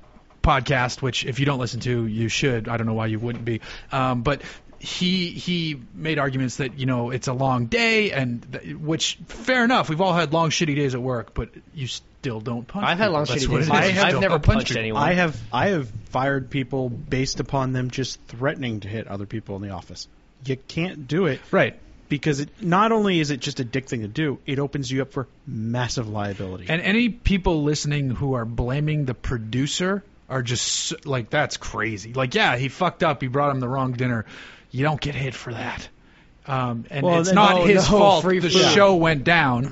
[SPEAKER 1] podcast which if you don't listen to you should i don't know why you wouldn't be um, but he he made arguments that you know it's a long day and th- which fair enough we've all had long shitty days at work but you still don't punch
[SPEAKER 3] I've had
[SPEAKER 1] people.
[SPEAKER 3] long
[SPEAKER 1] That's
[SPEAKER 3] shitty
[SPEAKER 1] what
[SPEAKER 3] days.
[SPEAKER 1] it is.
[SPEAKER 3] I
[SPEAKER 1] You
[SPEAKER 3] have
[SPEAKER 1] don't
[SPEAKER 3] never
[SPEAKER 1] punch
[SPEAKER 3] punched
[SPEAKER 1] people.
[SPEAKER 3] anyone.
[SPEAKER 2] I have I have fired people based upon them just threatening to hit other people in the office. You can't do it
[SPEAKER 1] right
[SPEAKER 2] because it not only is it just a dick thing to do, it opens you up for massive liability.
[SPEAKER 1] And any people listening who are blaming the producer are just s- like, that's crazy. Like, yeah, he fucked up. He brought him the wrong dinner. You don't get hit for that. Um, and
[SPEAKER 2] Well,
[SPEAKER 1] it's
[SPEAKER 2] then-
[SPEAKER 1] not
[SPEAKER 3] oh,
[SPEAKER 1] his
[SPEAKER 3] no,
[SPEAKER 1] fault.
[SPEAKER 3] free
[SPEAKER 1] The
[SPEAKER 3] food.
[SPEAKER 1] show went down.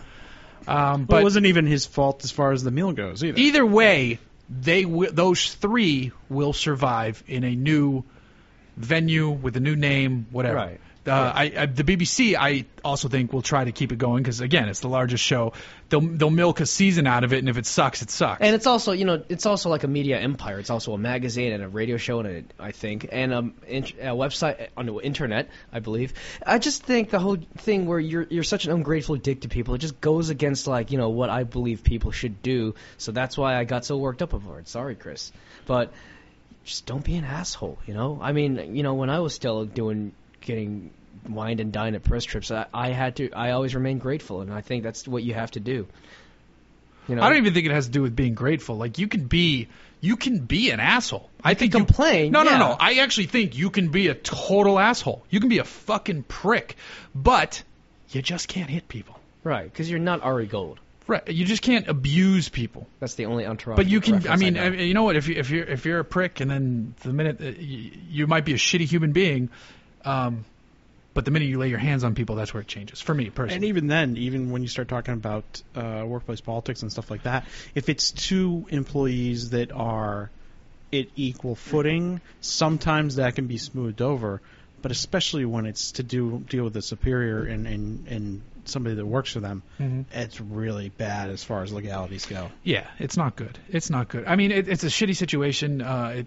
[SPEAKER 1] Um,
[SPEAKER 2] Well, it
[SPEAKER 1] but
[SPEAKER 2] wasn't even his fault as far as the meal goes either.
[SPEAKER 1] either way, they w- those three will survive in a new venue with a new name, whatever.
[SPEAKER 3] Right.
[SPEAKER 1] Uh, I, I, the BBC, I also think, will try to keep it going because again, it's the largest show. They'll they'll milk a season out of it, and if it sucks, it sucks.
[SPEAKER 3] And it's also, you know, it's also like a media empire. It's also a magazine and a radio show, and a, I think, and um, in, a website uh, on the internet, I believe. I just think the whole thing where you're you're such an ungrateful dick to people, it just goes against like you know what I believe people should do. So that's why I got so worked up over it. Sorry, Chris, but just don't be an asshole. You know, I mean, you know, when I was still doing getting wined and dined at press trips, I, I had to. I always remain grateful, and I think that's what you have to do. You know,
[SPEAKER 1] I don't even think it has to do with being grateful. Like you can be, you can be an asshole. I think you-
[SPEAKER 3] complain,
[SPEAKER 1] no,
[SPEAKER 3] yeah.
[SPEAKER 1] no, no. I actually think you can be a total asshole. You can be a fucking prick, but you just can't hit people.
[SPEAKER 3] Right, because you're not Ari Gold.
[SPEAKER 1] Right? You just can't abuse people.
[SPEAKER 3] That's the only entourage.
[SPEAKER 1] But you can. I
[SPEAKER 3] reference
[SPEAKER 1] mean,
[SPEAKER 3] know.
[SPEAKER 1] I you know what? If you if you're if you're a prick, and then the minute that you, you might be a shitty human being, um, but the minute you lay your hands on people, that's where it changes. For me personally.
[SPEAKER 2] And even then, even when you start talking about uh, workplace politics and stuff like that, if it's two employees that are at equal footing, sometimes that can be smoothed over. But especially when it's to do deal with a superior and and, and somebody that works for them,
[SPEAKER 1] Mm-hmm.
[SPEAKER 2] it's really bad as far as legalities go.
[SPEAKER 1] Yeah, it's not good. It's not good. I mean, it, it's a shitty situation uh, it,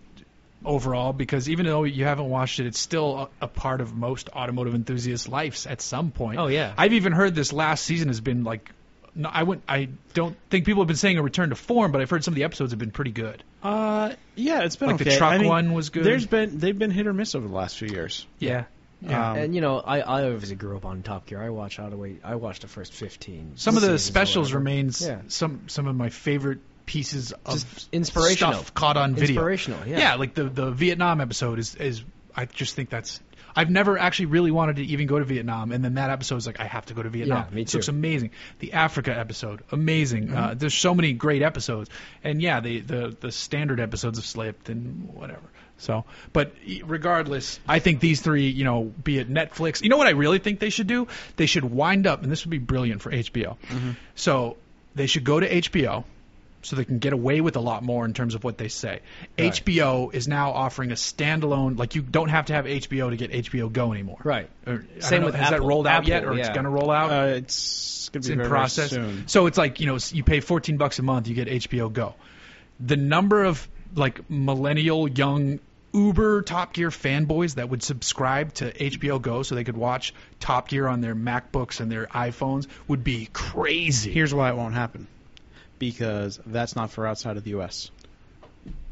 [SPEAKER 1] overall because even though you haven't watched it, it's still a, a part of most automotive enthusiasts' lives at some point.
[SPEAKER 3] Oh, yeah.
[SPEAKER 1] I've even heard this last season has been like, no, I wouldn't. I don't think people have been saying a return to form, but I've heard some of the episodes have been pretty good.
[SPEAKER 2] Uh, yeah, it's been
[SPEAKER 1] Like the
[SPEAKER 2] okay.
[SPEAKER 1] truck
[SPEAKER 2] I mean,
[SPEAKER 1] one was good.
[SPEAKER 2] There's been they've been hit or miss over the last few years.
[SPEAKER 1] Yeah.
[SPEAKER 2] Um,
[SPEAKER 3] and you know, I, I obviously grew up on Top Gear. I watched all the way. I watched the first fifteen.
[SPEAKER 1] Some of the
[SPEAKER 3] seasons or
[SPEAKER 1] specials
[SPEAKER 3] whatever.
[SPEAKER 1] remains
[SPEAKER 3] Yeah.
[SPEAKER 1] some some of my favorite pieces of
[SPEAKER 3] Just inspirational.
[SPEAKER 1] stuff caught on video.
[SPEAKER 3] Inspirational, Oh, yeah.
[SPEAKER 1] yeah, like the the Vietnam episode is is I just think that's I've never actually really wanted to even go to Vietnam, and then that episode is like I have to go to Vietnam.
[SPEAKER 3] me
[SPEAKER 1] This looks
[SPEAKER 3] too. Mm-hmm.
[SPEAKER 1] amazing. The Africa episode, amazing. Uh, there's so many great episodes, and yeah, the the the standard episodes have slipped and whatever. So, but e- regardless, I think these three, you know, be it Netflix, you know what I really think they should do? They should wind up, and this would be brilliant for HBO.
[SPEAKER 3] Mm-hmm.
[SPEAKER 1] So they should go to HBO so they can get away with a lot more in terms of what they say. HBO is now offering a standalone, like you don't have to have HBO to get HBO Go anymore.
[SPEAKER 3] Right.
[SPEAKER 1] Or, I
[SPEAKER 3] Same
[SPEAKER 1] don't know,
[SPEAKER 3] with
[SPEAKER 1] has that
[SPEAKER 3] Apple-
[SPEAKER 1] rolled out
[SPEAKER 3] Apple,
[SPEAKER 1] yet, or it's
[SPEAKER 3] yeah.
[SPEAKER 1] going to roll out?
[SPEAKER 2] Uh, it's gonna be
[SPEAKER 1] it's in
[SPEAKER 2] very, very
[SPEAKER 1] process.
[SPEAKER 2] soon.
[SPEAKER 1] So it's like you know you pay 14 bucks a month, you get HBO Go. The number of like millennial young uber Top Gear fanboys that would subscribe to HBO Go so they could watch Top Gear on their MacBooks and their iPhones would be crazy.
[SPEAKER 2] Here's why it won't happen. Because that's not for outside of the U.S.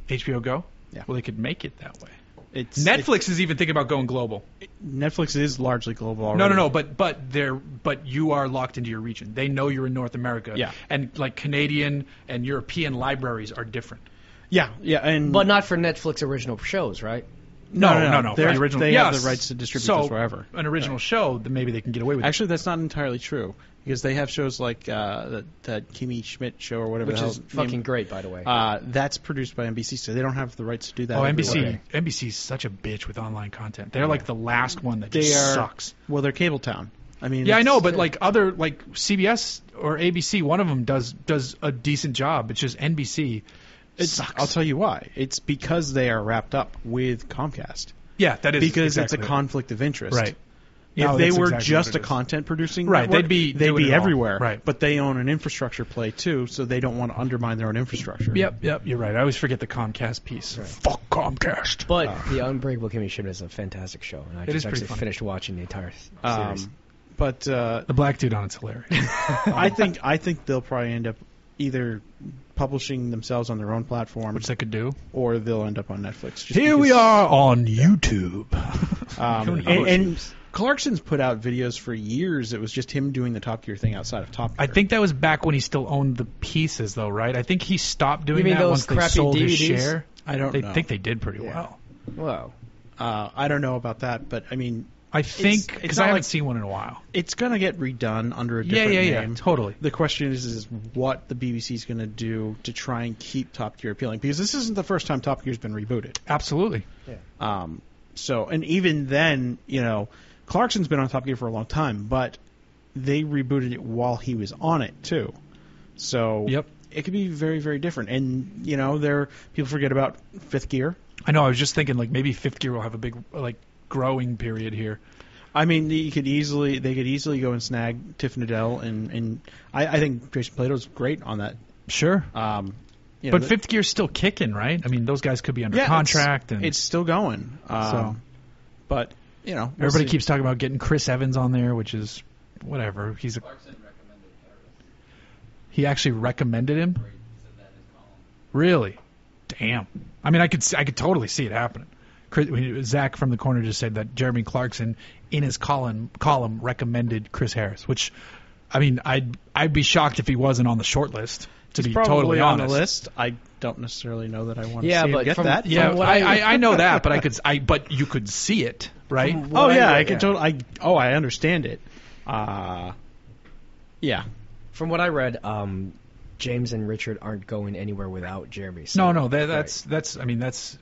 [SPEAKER 1] HBO Go?
[SPEAKER 2] Yeah.
[SPEAKER 1] Well, they could make it that way.
[SPEAKER 2] It's
[SPEAKER 1] Netflix is even thinking about going global.
[SPEAKER 2] it- Netflix is largely global already.
[SPEAKER 1] No, no, no. But but they're but you are locked into your region. They know you're in North America.
[SPEAKER 2] Yeah.
[SPEAKER 1] And like Canadian and European libraries are different.
[SPEAKER 2] Yeah, yeah, and
[SPEAKER 3] But not for Netflix original shows, right?
[SPEAKER 2] No, no, no.
[SPEAKER 1] no.
[SPEAKER 2] They're-
[SPEAKER 1] the original,
[SPEAKER 2] they have
[SPEAKER 1] yes.
[SPEAKER 2] the rights to distribute
[SPEAKER 1] so
[SPEAKER 2] this wherever.
[SPEAKER 1] An original show, then maybe they can get away with
[SPEAKER 2] Actually, that's not entirely true because they have shows like uh, that, that Kimmy Schmidt show or whatever.
[SPEAKER 3] Which
[SPEAKER 2] the hell
[SPEAKER 3] is
[SPEAKER 2] it's
[SPEAKER 3] fucking
[SPEAKER 2] named.
[SPEAKER 3] great, by the way.
[SPEAKER 2] Uh, that's produced by NBC, so they don't have the rights to do
[SPEAKER 1] it.
[SPEAKER 2] that.
[SPEAKER 1] Oh,
[SPEAKER 2] everywhere.
[SPEAKER 1] NBC! NBC is such a bitch with online content. They're like the last one that
[SPEAKER 2] They
[SPEAKER 1] just
[SPEAKER 2] are-
[SPEAKER 1] sucks.
[SPEAKER 2] Well, they're cable town. I mean,
[SPEAKER 1] Yeah, I know,
[SPEAKER 2] it's-
[SPEAKER 1] but like other like CBS or ABC, one of them does does a decent job. It's just NBC
[SPEAKER 2] it's,
[SPEAKER 1] sucks.
[SPEAKER 2] I'll tell you why. It's because they are wrapped up with Comcast
[SPEAKER 1] yeah, that is
[SPEAKER 2] because
[SPEAKER 1] exactly
[SPEAKER 2] it's a
[SPEAKER 1] it.
[SPEAKER 2] conflict of interest.
[SPEAKER 1] right.
[SPEAKER 2] If
[SPEAKER 1] No,
[SPEAKER 2] they
[SPEAKER 1] that's
[SPEAKER 2] were
[SPEAKER 1] exactly
[SPEAKER 2] just
[SPEAKER 1] what
[SPEAKER 2] a
[SPEAKER 1] it is.
[SPEAKER 2] content producing
[SPEAKER 1] Right,
[SPEAKER 2] network,
[SPEAKER 1] they'd be
[SPEAKER 2] they'd
[SPEAKER 1] doing
[SPEAKER 2] be
[SPEAKER 1] it all.
[SPEAKER 2] everywhere.
[SPEAKER 1] Right.
[SPEAKER 2] But they own an infrastructure play too, so they don't want to undermine their own infrastructure.
[SPEAKER 1] Yep, yep, you're right. I always forget the Comcast piece. Fuck Comcast.
[SPEAKER 3] but the Unbreakable Kimmy Schmidt is a fantastic show, and I
[SPEAKER 1] uh.
[SPEAKER 3] just
[SPEAKER 1] is pretty
[SPEAKER 3] actually
[SPEAKER 1] funny.
[SPEAKER 3] finished watching the entire s-
[SPEAKER 2] Um,
[SPEAKER 3] series.
[SPEAKER 2] but uh,
[SPEAKER 1] the black dude on it's hilarious. Um,
[SPEAKER 2] I think I think they'll probably end up either publishing themselves on their own platform,
[SPEAKER 1] Which they could do.
[SPEAKER 2] or they'll end up on Netflix. just
[SPEAKER 1] Here we
[SPEAKER 2] because,
[SPEAKER 1] are on YouTube.
[SPEAKER 2] Um,
[SPEAKER 1] Who
[SPEAKER 2] and,
[SPEAKER 1] knows?
[SPEAKER 2] and Clarkson's put out videos for years. It was just him doing the Top Gear thing outside of Top Gear.
[SPEAKER 1] I think that was back when he still owned the pieces, though, right? I think he stopped doing
[SPEAKER 3] You mean
[SPEAKER 1] that
[SPEAKER 3] those
[SPEAKER 1] once they
[SPEAKER 3] crappy
[SPEAKER 1] sold his
[SPEAKER 3] DVDs?
[SPEAKER 1] share.
[SPEAKER 2] I don't
[SPEAKER 1] They
[SPEAKER 2] know.
[SPEAKER 1] think they did pretty
[SPEAKER 3] Yeah.
[SPEAKER 1] well.
[SPEAKER 3] Whoa.
[SPEAKER 2] uh, I don't know about that, but I mean,
[SPEAKER 1] I think
[SPEAKER 2] it's
[SPEAKER 1] because
[SPEAKER 2] not
[SPEAKER 1] I haven't
[SPEAKER 2] like-
[SPEAKER 1] seen one in a while.
[SPEAKER 2] it's gonna get redone under a
[SPEAKER 1] Yeah,
[SPEAKER 2] different
[SPEAKER 1] yeah, yeah,
[SPEAKER 2] name.
[SPEAKER 1] totally.
[SPEAKER 2] The question is, is what the BBC is gonna do to try and keep Top Gear appealing? Because this isn't the first time Top Gear's been rebooted.
[SPEAKER 1] Absolutely.
[SPEAKER 2] Um, so, and even then, you know, Clarkson's been on Top Gear for a long time, but they rebooted it while he was on it too. So,
[SPEAKER 1] Yep.
[SPEAKER 2] it could be very, very different. And you know, there people forget about Fifth Gear.
[SPEAKER 1] I know. I was just thinking like maybe Fifth Gear will have a big like growing period here.
[SPEAKER 2] I mean, you could easily they could easily go and snag Tiff Nadell, and and I, I think Jason Plato's great on that.
[SPEAKER 1] Sure.
[SPEAKER 2] Um, you know,
[SPEAKER 1] But
[SPEAKER 2] the-
[SPEAKER 1] Fifth Gear's still kicking, right? I mean, those guys could be under
[SPEAKER 2] yeah, it's-
[SPEAKER 1] contract, and
[SPEAKER 2] it's still going. Um,
[SPEAKER 1] So.
[SPEAKER 2] but you know, we'll
[SPEAKER 1] everybody
[SPEAKER 2] see.
[SPEAKER 1] keeps talking about getting Chris Evans on there, which is whatever. He's a, he actually recommended him. Really? Damn. I mean, I could s- I could totally see it happening. Chris, we- Zach from the corner just said that Jeremy Clarkson in his column column recommended Chris Harris, which I mean, I'd I'd be shocked if he wasn't on the short list. To
[SPEAKER 2] He's
[SPEAKER 1] be
[SPEAKER 2] probably
[SPEAKER 1] totally
[SPEAKER 2] on
[SPEAKER 1] honest.
[SPEAKER 2] the list. I don't necessarily know that I want to
[SPEAKER 3] Yeah,
[SPEAKER 2] see him
[SPEAKER 3] but
[SPEAKER 2] get
[SPEAKER 3] from-
[SPEAKER 2] that.
[SPEAKER 1] Yeah,
[SPEAKER 3] From what
[SPEAKER 1] I,
[SPEAKER 3] I-
[SPEAKER 1] I, I know that, but I could, I but you could see it, right?
[SPEAKER 3] From
[SPEAKER 2] Oh
[SPEAKER 3] what I
[SPEAKER 2] yeah,
[SPEAKER 3] read,
[SPEAKER 2] I can
[SPEAKER 3] yeah.
[SPEAKER 2] totally. I oh, I understand it. Uh, yeah.
[SPEAKER 3] From what I read, um, James and Richard aren't going anywhere without Jeremy. so-
[SPEAKER 1] No, no, that,
[SPEAKER 3] Right.
[SPEAKER 1] that's that's. I mean, that's.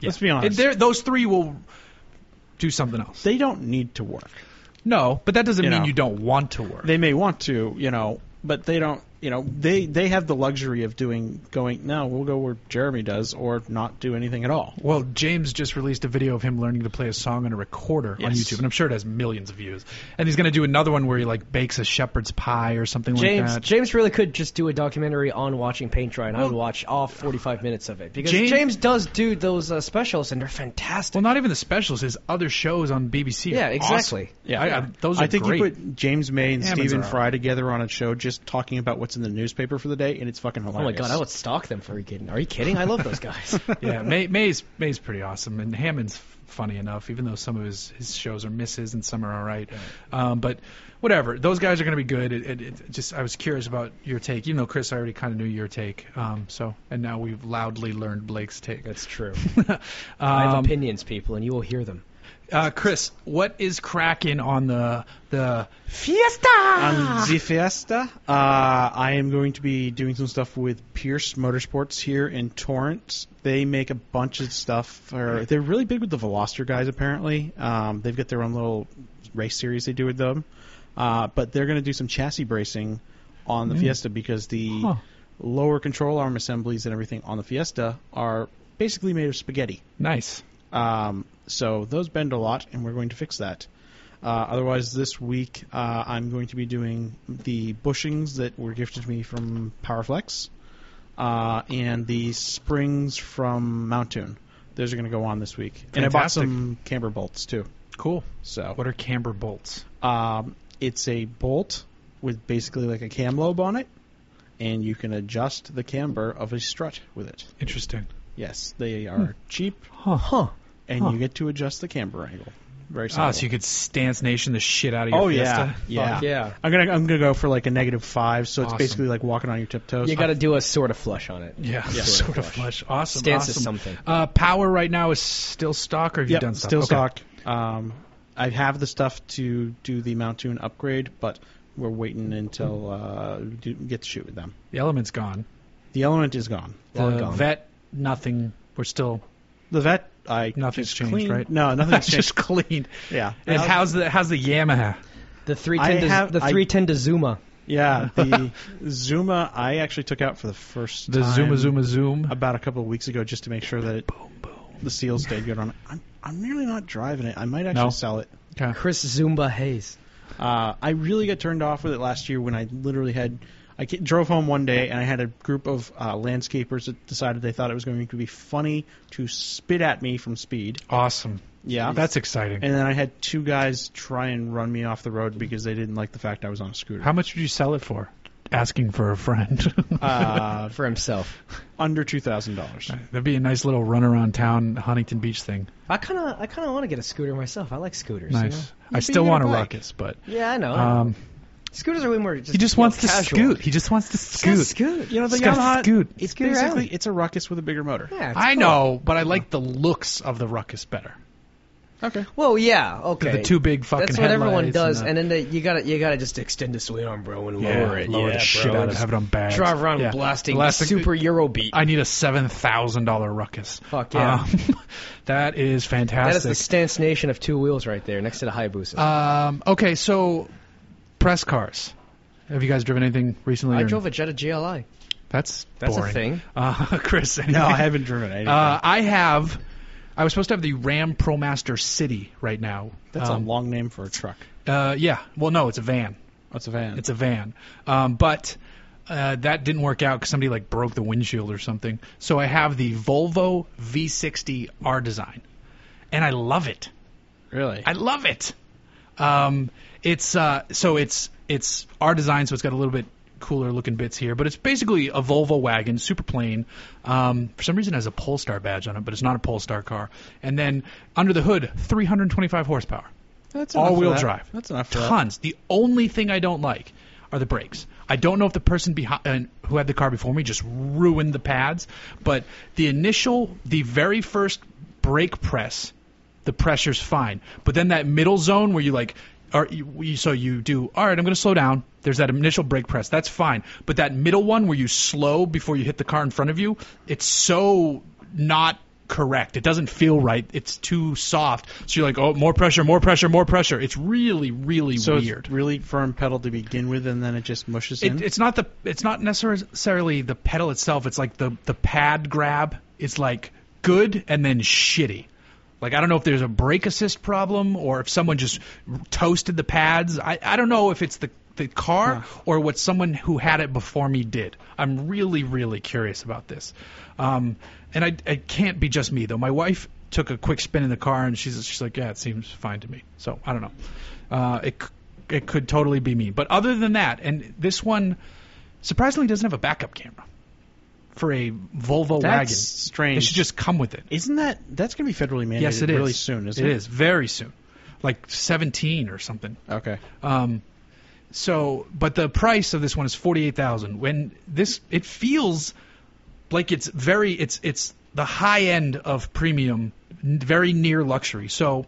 [SPEAKER 1] yeah.
[SPEAKER 2] Let's be honest.
[SPEAKER 1] They're- Those three will do something else.
[SPEAKER 2] They don't need to work.
[SPEAKER 1] no, but that doesn't
[SPEAKER 2] You
[SPEAKER 1] mean
[SPEAKER 2] know.
[SPEAKER 1] you don't want to work.
[SPEAKER 2] They may want to, you know, but they don't. You know, they they have the luxury of doing going. No, we'll go where Jeremy does, or not do anything at all.
[SPEAKER 1] well, James just released a video of him learning to play a song on a recorder on
[SPEAKER 2] Yes.
[SPEAKER 1] YouTube, and I'm sure it has millions of views. And he's going to do another one where he like bakes a shepherd's pie or something
[SPEAKER 3] James,
[SPEAKER 1] like that.
[SPEAKER 3] James really could just do a documentary on watching paint dry, and I would watch all 45 minutes of it because
[SPEAKER 1] James-
[SPEAKER 3] James, does do those uh, specials, and they're fantastic.
[SPEAKER 1] well, not even the specials. His other shows on BBC. are
[SPEAKER 3] Yeah,
[SPEAKER 1] awesome.
[SPEAKER 3] exactly.
[SPEAKER 2] Yeah.
[SPEAKER 1] I, I, those are
[SPEAKER 2] I think
[SPEAKER 1] great.
[SPEAKER 2] you put James May and
[SPEAKER 1] Hammond's
[SPEAKER 2] Stephen
[SPEAKER 1] are out.
[SPEAKER 2] Fry together on a show just talking about what's in the newspaper for the day, and it's fucking
[SPEAKER 3] oh my
[SPEAKER 2] hilarious.
[SPEAKER 3] god, I would stalk them for are you kidding? Are you kidding? I love those guys.
[SPEAKER 1] yeah, May, May's May's pretty awesome, and Hammond's f- funny enough, even though some of his his shows are misses and some are all right. Um, but whatever, those guys are going to be good. It, it, it just I was curious about your take, even though Chris, I already kind of knew your take. Um, so and now we've loudly learned Blake's take.
[SPEAKER 3] That's true.
[SPEAKER 1] um,
[SPEAKER 3] I have opinions, people, and you will hear them.
[SPEAKER 1] uh, Chris, what is cracking on the the Fiesta?
[SPEAKER 2] on the Fiesta. Uh, I am going to be doing some stuff with Pierce Motorsports here in Torrance. They make a bunch of stuff. For, they're really big with the Veloster guys, apparently. Um, they've got their own little race series they do with them. Uh, but they're going to do some chassis bracing on the Fiesta because the
[SPEAKER 1] Huh.
[SPEAKER 2] lower control arm assemblies and everything on the Fiesta are basically made of spaghetti.
[SPEAKER 1] nice.
[SPEAKER 2] Um, so those bend a lot, and we're going to fix that. Uh, otherwise, this week uh, I'm going to be doing the bushings that were gifted to me from Powerflex, uh, and the springs from Mountoon. Those are going to go on this week. And I bought
[SPEAKER 1] Fantastic.
[SPEAKER 2] some camber bolts too.
[SPEAKER 1] Cool.
[SPEAKER 2] So
[SPEAKER 1] What are camber bolts?
[SPEAKER 2] Um, it's a bolt with basically like a cam lobe on it, and you can adjust the camber of a strut with it.
[SPEAKER 1] Interesting.
[SPEAKER 2] Yes, they are cheap,
[SPEAKER 3] Huh. huh.
[SPEAKER 2] and you get to adjust the camber angle. Very simple.
[SPEAKER 1] Ah, so you could stance nation the shit out of your
[SPEAKER 2] oh
[SPEAKER 1] Fiesta.
[SPEAKER 2] yeah, yeah,
[SPEAKER 3] Fuck yeah.
[SPEAKER 2] I'm gonna I'm gonna go for like a negative five, so
[SPEAKER 1] Awesome.
[SPEAKER 2] it's basically like walking on your tiptoes. Uh,
[SPEAKER 3] You got to do a sort of flush on it.
[SPEAKER 1] Yeah,
[SPEAKER 3] Yeah.
[SPEAKER 1] sort of flush. Awesome.
[SPEAKER 3] Stance is
[SPEAKER 1] awesome.
[SPEAKER 3] something.
[SPEAKER 1] Uh, power right now is still stock, or have
[SPEAKER 2] Yep,
[SPEAKER 1] you done stock?
[SPEAKER 2] still
[SPEAKER 1] Okay.
[SPEAKER 2] stock. Um, I have the stuff to do the Mount Tune upgrade, but we're waiting until uh, we do- get to shoot with them.
[SPEAKER 1] The element's gone.
[SPEAKER 2] The element is gone.
[SPEAKER 3] Long
[SPEAKER 1] The
[SPEAKER 3] gone.
[SPEAKER 1] vet, nothing. We're still
[SPEAKER 2] The vet, I
[SPEAKER 1] Nothing's
[SPEAKER 2] just
[SPEAKER 1] changed,
[SPEAKER 2] cleaned-
[SPEAKER 1] right?
[SPEAKER 2] No, nothing's changed.
[SPEAKER 1] just cleaned.
[SPEAKER 2] Yeah.
[SPEAKER 1] And
[SPEAKER 2] Uh,
[SPEAKER 1] how's the how's the Yamaha?
[SPEAKER 3] The 310 to,
[SPEAKER 2] have-
[SPEAKER 3] the
[SPEAKER 2] I-
[SPEAKER 3] 310 to Zuma.
[SPEAKER 2] Yeah, the Zuma I actually took out for the first
[SPEAKER 1] The
[SPEAKER 2] time
[SPEAKER 1] Zuma Zuma Zoom.
[SPEAKER 2] about a couple of weeks ago just to make sure that it, the seal stayed good on it. I'm I'm really not driving it. I might actually
[SPEAKER 1] No.
[SPEAKER 2] sell it.
[SPEAKER 1] Okay.
[SPEAKER 3] Chris Zumba Hayes.
[SPEAKER 2] Uh, I really got turned off with it last year when I literally had I ca- drove home one day and I had a group of uh, landscapers that decided they thought it was going to be funny to spit at me from speed.
[SPEAKER 1] Awesome.
[SPEAKER 2] Yeah,
[SPEAKER 1] That's exciting.
[SPEAKER 2] and then I had two guys try and run me off the road because they didn't like the fact I was on a scooter.
[SPEAKER 1] How much would you sell it for? Asking for a friend.
[SPEAKER 2] uh,
[SPEAKER 3] For himself.
[SPEAKER 2] under two thousand dollars.
[SPEAKER 1] That'd be a nice little run around town Huntington Beach thing.
[SPEAKER 3] I kind of I kind of want to get a scooter myself. I like scooters. you
[SPEAKER 1] Nice.
[SPEAKER 2] You
[SPEAKER 1] I
[SPEAKER 2] should
[SPEAKER 1] still
[SPEAKER 2] get a
[SPEAKER 1] want a
[SPEAKER 2] bike.
[SPEAKER 1] ruckus, but
[SPEAKER 3] know? Yeah, I know. I know.
[SPEAKER 1] um,
[SPEAKER 3] scooters are way more. Just,
[SPEAKER 1] he just
[SPEAKER 3] you know,
[SPEAKER 1] wants to
[SPEAKER 3] casual.
[SPEAKER 1] scoot. He just wants to
[SPEAKER 3] Scoot.
[SPEAKER 1] scoot.
[SPEAKER 3] scoot.
[SPEAKER 2] You know the
[SPEAKER 1] It's gotta
[SPEAKER 2] Yamaha.
[SPEAKER 1] scoot.
[SPEAKER 2] It's
[SPEAKER 3] Scoot around.
[SPEAKER 2] basically it's a ruckus with a bigger motor.
[SPEAKER 3] Yeah, it's
[SPEAKER 1] I
[SPEAKER 3] cool.
[SPEAKER 1] know, but I like the looks of the ruckus better.
[SPEAKER 2] Okay.
[SPEAKER 3] Well, yeah. Okay.
[SPEAKER 1] The two big fucking
[SPEAKER 3] That's what everyone
[SPEAKER 1] headlights
[SPEAKER 3] does,
[SPEAKER 1] the-
[SPEAKER 3] and, then the, you gotta you gotta just extend the swing arm, bro, and
[SPEAKER 1] yeah,
[SPEAKER 3] lower it.
[SPEAKER 1] lower
[SPEAKER 3] yeah,
[SPEAKER 1] the
[SPEAKER 3] bro,
[SPEAKER 1] shit out
[SPEAKER 3] and
[SPEAKER 1] of it,
[SPEAKER 3] just
[SPEAKER 1] have it on bags.
[SPEAKER 3] Drive around
[SPEAKER 1] Yeah.
[SPEAKER 3] blasting
[SPEAKER 1] The last thing-
[SPEAKER 3] super Euro beat.
[SPEAKER 1] I need a seven thousand dollar ruckus.
[SPEAKER 3] Fuck yeah.
[SPEAKER 1] Um, that is
[SPEAKER 3] that is the
[SPEAKER 1] fantastic.
[SPEAKER 3] stance nation of two wheels right there, next to the Hayabusa.
[SPEAKER 1] um, okay, so press cars. Have you guys driven anything recently?
[SPEAKER 3] I
[SPEAKER 1] or-
[SPEAKER 3] drove a Jetta GLI.
[SPEAKER 1] That's
[SPEAKER 3] That's a
[SPEAKER 1] boring.
[SPEAKER 3] thing.
[SPEAKER 1] Uh, Chris, anything?
[SPEAKER 2] No, I haven't driven it.
[SPEAKER 1] Uh, I have. I was supposed to have the Ram ProMaster City right now.
[SPEAKER 2] That's
[SPEAKER 1] Um,
[SPEAKER 2] a long name for a truck.
[SPEAKER 1] Uh, yeah. Well, no, it's a van.
[SPEAKER 2] That's a van.
[SPEAKER 1] It's a van. Um, but uh, that didn't work out because somebody like broke the windshield or something. So I have the Volvo V60 R design, and I love it.
[SPEAKER 2] really.
[SPEAKER 1] I love it. Um, it's uh, so it's it's our design, so it's got a little bit cooler looking bits here, but it's basically a Volvo wagon, super plain. Um, for some reason, it has a Polestar badge on it, but it's not a Polestar car. And then under the hood, 325 horsepower,
[SPEAKER 2] That's enough for
[SPEAKER 1] all-wheel
[SPEAKER 2] that.
[SPEAKER 1] drive.
[SPEAKER 2] That's enough. For that.
[SPEAKER 1] Tons. The only thing I don't like are the brakes. I don't know if the person behind who had the car before me just ruined the pads, but the initial, the very first brake press the pressure's fine. But then that middle zone where you like, are you, you- so you do, all right, I'm going to slow down. There's that initial brake press. That's fine. But that middle one where you slow before you hit the car in front of you, it's so not correct. It doesn't feel right. It's too soft. So you're like, oh, more pressure, more pressure, more pressure. It's really, really
[SPEAKER 2] So
[SPEAKER 1] weird.
[SPEAKER 2] it's really firm pedal to begin with, and then it just mushes in.
[SPEAKER 1] It, it's not the it's not necessarily the pedal itself. It's like the the pad grab. It's like good and then shitty. Like I don't know if there's a brake assist problem or if someone just toasted the pads. I I don't know if it's the the car or what someone who had it before me did. I'm really really curious about this. Um, and I it can't be just me though. My wife took a quick spin in the car and she's she's like yeah it seems fine to me. So I don't know. Uh, it c- it could totally be me. But other than that, and this one surprisingly doesn't have a backup camera for a Volvo
[SPEAKER 2] That's
[SPEAKER 1] wagon.
[SPEAKER 2] strange.
[SPEAKER 1] It should just come with it.
[SPEAKER 2] Isn't that that's going to be federally mandated?
[SPEAKER 1] yes, it is.
[SPEAKER 2] really soon. Isn't it?
[SPEAKER 1] it is very soon, like 17 or something.
[SPEAKER 2] Okay.
[SPEAKER 1] Um, so, but the price of this one is 48,000. When this, it feels like it's very, it's it's the high end of premium, n- very near luxury. So,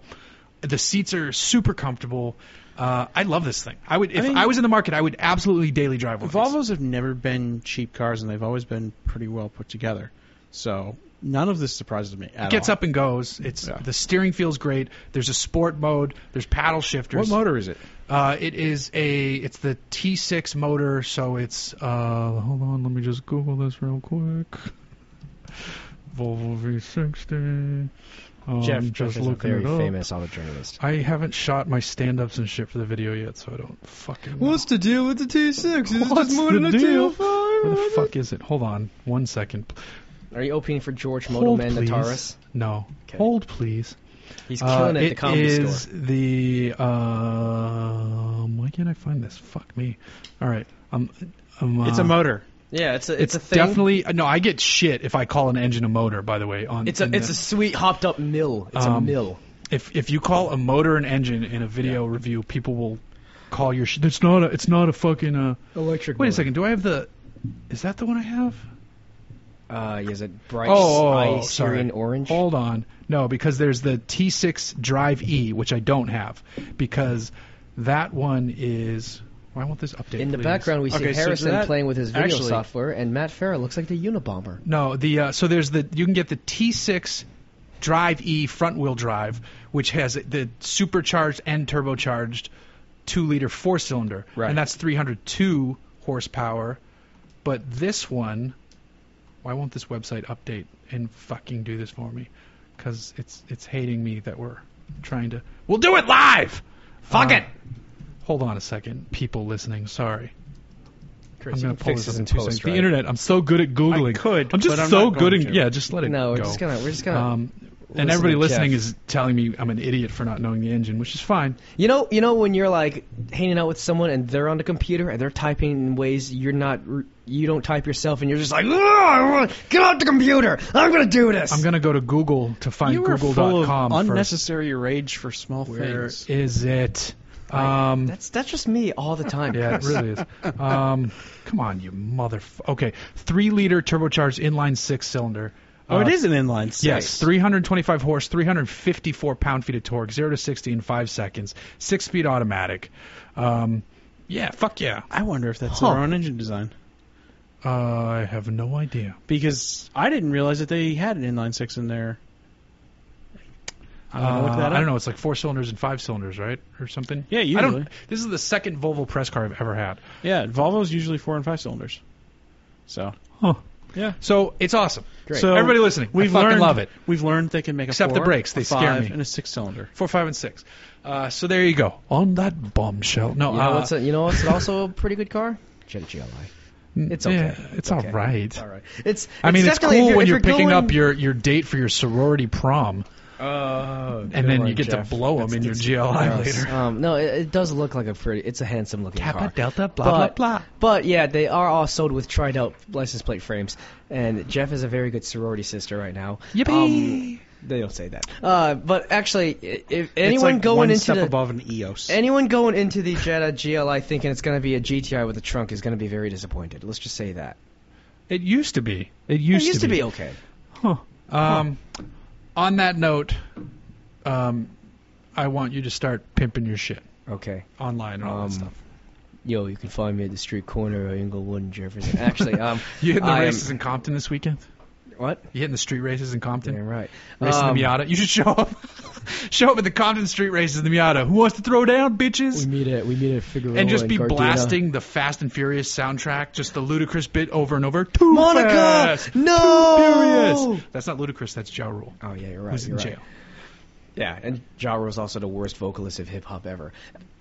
[SPEAKER 1] the seats are super comfortable. Uh, I love this thing. I would, if I,
[SPEAKER 2] mean-
[SPEAKER 1] was in the market, I would absolutely daily drive one. of these.
[SPEAKER 2] Volvos have never been cheap cars, and they've always been pretty well put together. So none of this surprises me at
[SPEAKER 1] It gets
[SPEAKER 2] all.
[SPEAKER 1] up and goes. It's
[SPEAKER 2] Yeah.
[SPEAKER 1] the steering feels great. There's a sport mode. There's paddle shifters.
[SPEAKER 2] What motor is it?
[SPEAKER 1] Uh, it is a it's the T6 motor, so it's uh hold on, let me just Google this real quick. Volvo V60. Um,
[SPEAKER 3] Jeff
[SPEAKER 1] just
[SPEAKER 3] Drucker's a
[SPEAKER 1] looking
[SPEAKER 3] very
[SPEAKER 1] it up.
[SPEAKER 3] famous auto journalist.
[SPEAKER 1] I haven't shot my stand-ups and shit for the video yet, so I don't fucking. know.
[SPEAKER 3] the deal with the T6? Is
[SPEAKER 1] What's more the than a deal?
[SPEAKER 3] Where
[SPEAKER 1] Where the fuck is it? Hold on, one second.
[SPEAKER 3] Are you opening for George
[SPEAKER 1] Hold,
[SPEAKER 3] Motoman
[SPEAKER 1] please.
[SPEAKER 3] Nataris?
[SPEAKER 1] No.
[SPEAKER 3] Okay.
[SPEAKER 1] Hold, please.
[SPEAKER 3] He's
[SPEAKER 1] Uh,
[SPEAKER 3] killing it at
[SPEAKER 1] it
[SPEAKER 3] the comedy
[SPEAKER 1] is
[SPEAKER 3] store.
[SPEAKER 1] the um. Why can't I find this? Fuck me. All right. I'm. I'm uh,
[SPEAKER 2] It's a motor.
[SPEAKER 3] Yeah, it's a
[SPEAKER 1] It's,
[SPEAKER 3] it's, a thing.
[SPEAKER 1] definitely uh, no. I get shit if I call an engine a motor. By the way, on
[SPEAKER 3] it's a
[SPEAKER 1] in
[SPEAKER 3] it's
[SPEAKER 1] the-
[SPEAKER 3] a sweet hopped up mill. It's a
[SPEAKER 1] Um,
[SPEAKER 3] mill.
[SPEAKER 1] if if you call a motor an engine in a video review, people will call your shit. It's not a it's not a fucking uh.
[SPEAKER 3] Electric.
[SPEAKER 1] Wait a second. Do I have the? Is that the one I have?
[SPEAKER 3] Uh, is it bright?
[SPEAKER 1] Oh, oh, oh,
[SPEAKER 3] Sky
[SPEAKER 1] sorry.
[SPEAKER 3] Syrian orange.
[SPEAKER 1] Hold on. No, because there's the T6 Drive E, which I don't have, because that one is. Why won't this update?
[SPEAKER 3] In the
[SPEAKER 1] please?
[SPEAKER 3] background, we see
[SPEAKER 2] Okay, so
[SPEAKER 3] Harrison
[SPEAKER 2] that-
[SPEAKER 3] playing with his video
[SPEAKER 2] actually-
[SPEAKER 3] software, and Matt Farah looks like the Unabomber.
[SPEAKER 1] No, the uh, so there's the you can get the T6 Drive E front wheel drive, which has the supercharged and turbocharged two liter four cylinder,
[SPEAKER 3] Right.
[SPEAKER 1] and that's 302 horsepower. But this one, why won't this website update and fucking do this for me? Because it's it's hating me that we're trying to. We'll do it live. Fuck
[SPEAKER 3] Uh,
[SPEAKER 1] it. Hold on a second, people listening. Sorry.
[SPEAKER 3] Chris,
[SPEAKER 1] I'm
[SPEAKER 3] you
[SPEAKER 1] gonna
[SPEAKER 3] can
[SPEAKER 1] pull
[SPEAKER 3] fix
[SPEAKER 1] this
[SPEAKER 3] this
[SPEAKER 1] up
[SPEAKER 3] in
[SPEAKER 1] in two
[SPEAKER 3] post,
[SPEAKER 1] seconds.
[SPEAKER 3] right?
[SPEAKER 1] The internet. I'm so good at googling.
[SPEAKER 2] I could,
[SPEAKER 1] I'm just
[SPEAKER 2] but I'm
[SPEAKER 1] so
[SPEAKER 2] not
[SPEAKER 1] good
[SPEAKER 2] going
[SPEAKER 1] at.
[SPEAKER 2] to.
[SPEAKER 1] Yeah, just let it
[SPEAKER 3] No,
[SPEAKER 1] go.
[SPEAKER 3] we're just gonna we're just gonna.
[SPEAKER 1] Um,
[SPEAKER 3] listen
[SPEAKER 1] and
[SPEAKER 3] to
[SPEAKER 1] everybody
[SPEAKER 3] Jeff.
[SPEAKER 1] listening is telling me I'm an idiot for not knowing the engine, which is fine.
[SPEAKER 3] You know, you know when you're like hanging out with someone and they're on the computer and they're typing in ways you're not, you don't type yourself, and you're just like, "Ugh, get off the computer! I'm gonna do this.
[SPEAKER 1] I'm gonna go to Google to find
[SPEAKER 2] you were full
[SPEAKER 1] Google.com
[SPEAKER 2] of
[SPEAKER 1] first.
[SPEAKER 2] unnecessary rage for small
[SPEAKER 1] Where
[SPEAKER 2] things.
[SPEAKER 1] is it? Um,
[SPEAKER 3] that's that's just me all the time.
[SPEAKER 1] yeah, it
[SPEAKER 3] Chris.
[SPEAKER 1] really is. Um, come on, you motherfucker. Okay, three liter turbocharged inline six cylinder.
[SPEAKER 2] Oh,
[SPEAKER 1] Uh,
[SPEAKER 2] it is an inline six.
[SPEAKER 1] Yes, 325 horse, 354 pound feet of torque, 0 to 60 in 5 seconds, 6 speed automatic. Um, yeah, fuck yeah.
[SPEAKER 2] I wonder if that's
[SPEAKER 1] Huh.
[SPEAKER 2] their own engine design
[SPEAKER 1] Uh, I have no idea.
[SPEAKER 2] because I didn't realize that they had an inline six in there. I don't know. Look
[SPEAKER 1] Uh,
[SPEAKER 2] that up.
[SPEAKER 1] I don't know. It's like four cylinders and five cylinders, right, or something.
[SPEAKER 2] Yeah,
[SPEAKER 1] I
[SPEAKER 2] usually.
[SPEAKER 1] don't. This is the second Volvo press car I've ever had.
[SPEAKER 2] Yeah, Volvo's usually four and five cylinders. So
[SPEAKER 1] Huh.
[SPEAKER 2] yeah.
[SPEAKER 1] So it's awesome.
[SPEAKER 3] Great.
[SPEAKER 2] So
[SPEAKER 1] Everybody listening,
[SPEAKER 2] we've
[SPEAKER 1] I fucking
[SPEAKER 2] learned,
[SPEAKER 1] love it.
[SPEAKER 2] We've learned they can make a
[SPEAKER 1] Except the
[SPEAKER 2] four,
[SPEAKER 1] brakes, they
[SPEAKER 2] a
[SPEAKER 1] scare
[SPEAKER 2] five,
[SPEAKER 1] me.
[SPEAKER 2] and a six cylinder.
[SPEAKER 1] Four, five, and six. Uh, so there you go. On that bombshell. No,
[SPEAKER 3] You know,
[SPEAKER 1] uh,
[SPEAKER 3] what's a, you know what's also a pretty good car? Jetta GLI. It's okay.
[SPEAKER 1] yeah, it's all right.
[SPEAKER 3] It's all right. It's.
[SPEAKER 1] I mean, it's cool
[SPEAKER 3] definitely- if
[SPEAKER 1] when
[SPEAKER 3] if
[SPEAKER 1] you're, picking
[SPEAKER 3] going-
[SPEAKER 1] up your, your date for your sorority prom,
[SPEAKER 3] Oh,
[SPEAKER 1] and then you get to blow them in your GLI later.
[SPEAKER 3] Um, no, it, it does look like a pretty. It's a handsome looking car.
[SPEAKER 1] Delta,
[SPEAKER 3] but, But yeah, they are all sold with tried out license plate frames. And Jeff is a very good sorority sister right now.
[SPEAKER 1] Yippee!
[SPEAKER 3] Um, they don't say that. Uh, but actually, i- if anyone
[SPEAKER 2] it's like
[SPEAKER 3] going
[SPEAKER 2] one
[SPEAKER 3] into
[SPEAKER 2] step
[SPEAKER 3] the,
[SPEAKER 2] above an EOS.
[SPEAKER 3] anyone going into the Jetta GLI thinking it's going to be a GTI with a trunk is going to be very disappointed. Let's just say that.
[SPEAKER 1] It used to be. It
[SPEAKER 3] It
[SPEAKER 1] used,
[SPEAKER 3] used to be okay.
[SPEAKER 1] Um, On that note, um, I want you to start pimping your shit
[SPEAKER 3] Okay.
[SPEAKER 1] online and all
[SPEAKER 3] Um,
[SPEAKER 1] that stuff.
[SPEAKER 3] Yo, you can find me at the street corner of Inglewood and Jefferson. Actually, um,
[SPEAKER 1] You hitting the
[SPEAKER 3] I am-
[SPEAKER 1] races in Compton this weekend?
[SPEAKER 3] what?
[SPEAKER 1] You hitting the street races in Compton?
[SPEAKER 3] Damn right.
[SPEAKER 1] Racing
[SPEAKER 3] Um,
[SPEAKER 1] the Miata. You should show up. show up at the Compton street races in the Miata. Who wants to throw down, bitches?
[SPEAKER 3] We meet at we meet at Figueroa
[SPEAKER 1] and just be
[SPEAKER 3] Gardena.
[SPEAKER 1] blasting the Fast and Furious soundtrack, just the ludicrous bit over and over. Too
[SPEAKER 3] Monica,
[SPEAKER 1] fast, too
[SPEAKER 3] no!
[SPEAKER 1] furious. That's not ludicrous. That's Ja Rule.
[SPEAKER 3] Oh yeah, you're right.
[SPEAKER 1] Who's in
[SPEAKER 3] you're right.
[SPEAKER 1] jail?
[SPEAKER 3] Yeah, and Ja Rule's also the worst vocalist of hip hop ever.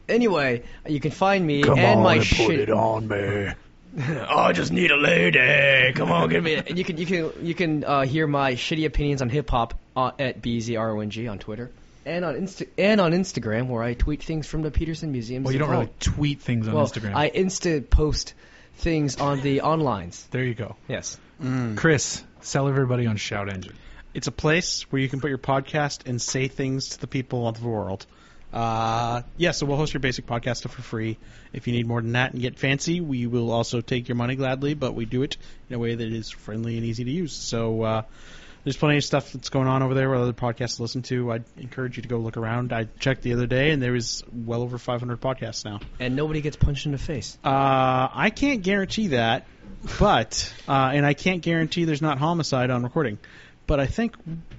[SPEAKER 3] Anyway, you can find me
[SPEAKER 1] Come
[SPEAKER 3] and
[SPEAKER 1] on
[SPEAKER 3] my
[SPEAKER 1] and
[SPEAKER 3] shit. Oh,
[SPEAKER 1] put it on me.
[SPEAKER 3] I just need a lady. Come on, give me. A- Oh, and you can you can you can uh, hear my shitty opinions on hip hop uh, at bzrong on Twitter and on Insta- and on Instagram where I tweet things from the Peterson Museum.
[SPEAKER 1] Well, you don't really tweet things on
[SPEAKER 3] well,
[SPEAKER 1] Instagram.
[SPEAKER 3] I insta post things on the onlines.
[SPEAKER 1] there you go.
[SPEAKER 3] Yes.
[SPEAKER 2] Mm.
[SPEAKER 1] Chris, sell everybody on Shout Engine.
[SPEAKER 2] It's a place where you can put your podcast and say things to the people of the world. Uh, yeah, so we'll host your basic podcast stuff for free. If you need more than that and get fancy, we will also take your money gladly, but we do it in a way that is friendly and easy to use. So uh, there's plenty of stuff that's going on over there with other podcasts to listen to. I'd encourage you to go look around. I checked the other day, and there is well over 500 podcasts now.
[SPEAKER 3] And nobody gets punched in the face.
[SPEAKER 2] Uh, I can't guarantee that, but uh, and I can't guarantee there's not homicide on recording. But I think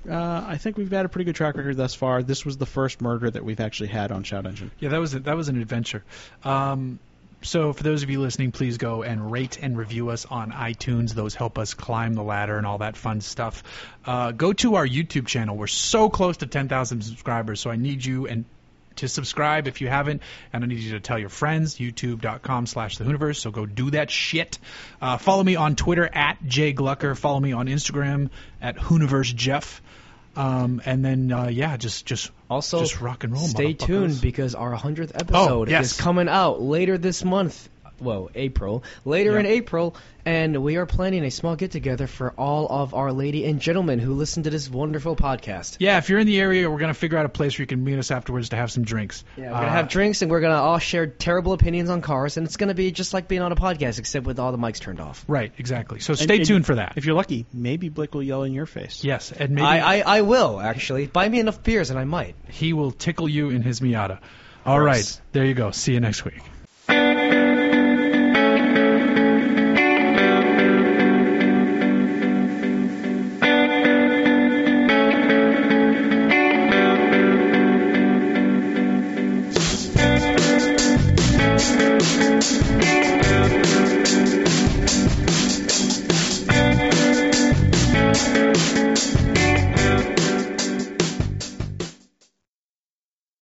[SPEAKER 2] uh, I think we've got a pretty good track record thus far. This was the first murder that we've actually had on Shout Engine.
[SPEAKER 1] Yeah, that was that was an adventure. Um, so for those of you listening, please go and rate and review us on iTunes. Those help us climb the ladder and all that fun stuff. Uh, go to our YouTube channel. We're so close to 10,000 subscribers, so I need you and to subscribe if you haven't, and I need you to tell your friends. YouTube.com slash the Hooniverse. So go do that shit. Uh, follow me on Twitter at Jay Glucker. Follow me on Instagram at Hooniverse Jeff. Um, and then uh, yeah, just just
[SPEAKER 3] Also,
[SPEAKER 1] just rock and roll.
[SPEAKER 3] Stay
[SPEAKER 1] motherfuckers.
[SPEAKER 3] tuned because our hundredth episode
[SPEAKER 1] yes.
[SPEAKER 3] is coming out later this month. Well, April. Later in
[SPEAKER 1] Yeah.
[SPEAKER 3] April, and we are planning a small get together for all of our lady and gentlemen who listen to this wonderful podcast.
[SPEAKER 1] Yeah, if you're in the area, we're gonna figure out a place where you can meet us afterwards to have some drinks.
[SPEAKER 3] Yeah, we're gonna
[SPEAKER 1] Uh,
[SPEAKER 3] have drinks and we're gonna all share terrible opinions on cars, and it's gonna be just like being on a podcast except with all the mics turned off.
[SPEAKER 1] Right, exactly. So
[SPEAKER 2] And-
[SPEAKER 1] stay
[SPEAKER 2] and
[SPEAKER 1] tuned for that.
[SPEAKER 2] If you're lucky, maybe Blake will yell in your face.
[SPEAKER 1] yes, and maybe
[SPEAKER 3] I, I I will actually buy me enough beers and I might.
[SPEAKER 1] he will tickle you in his Miata. All right, there you go. See you next week.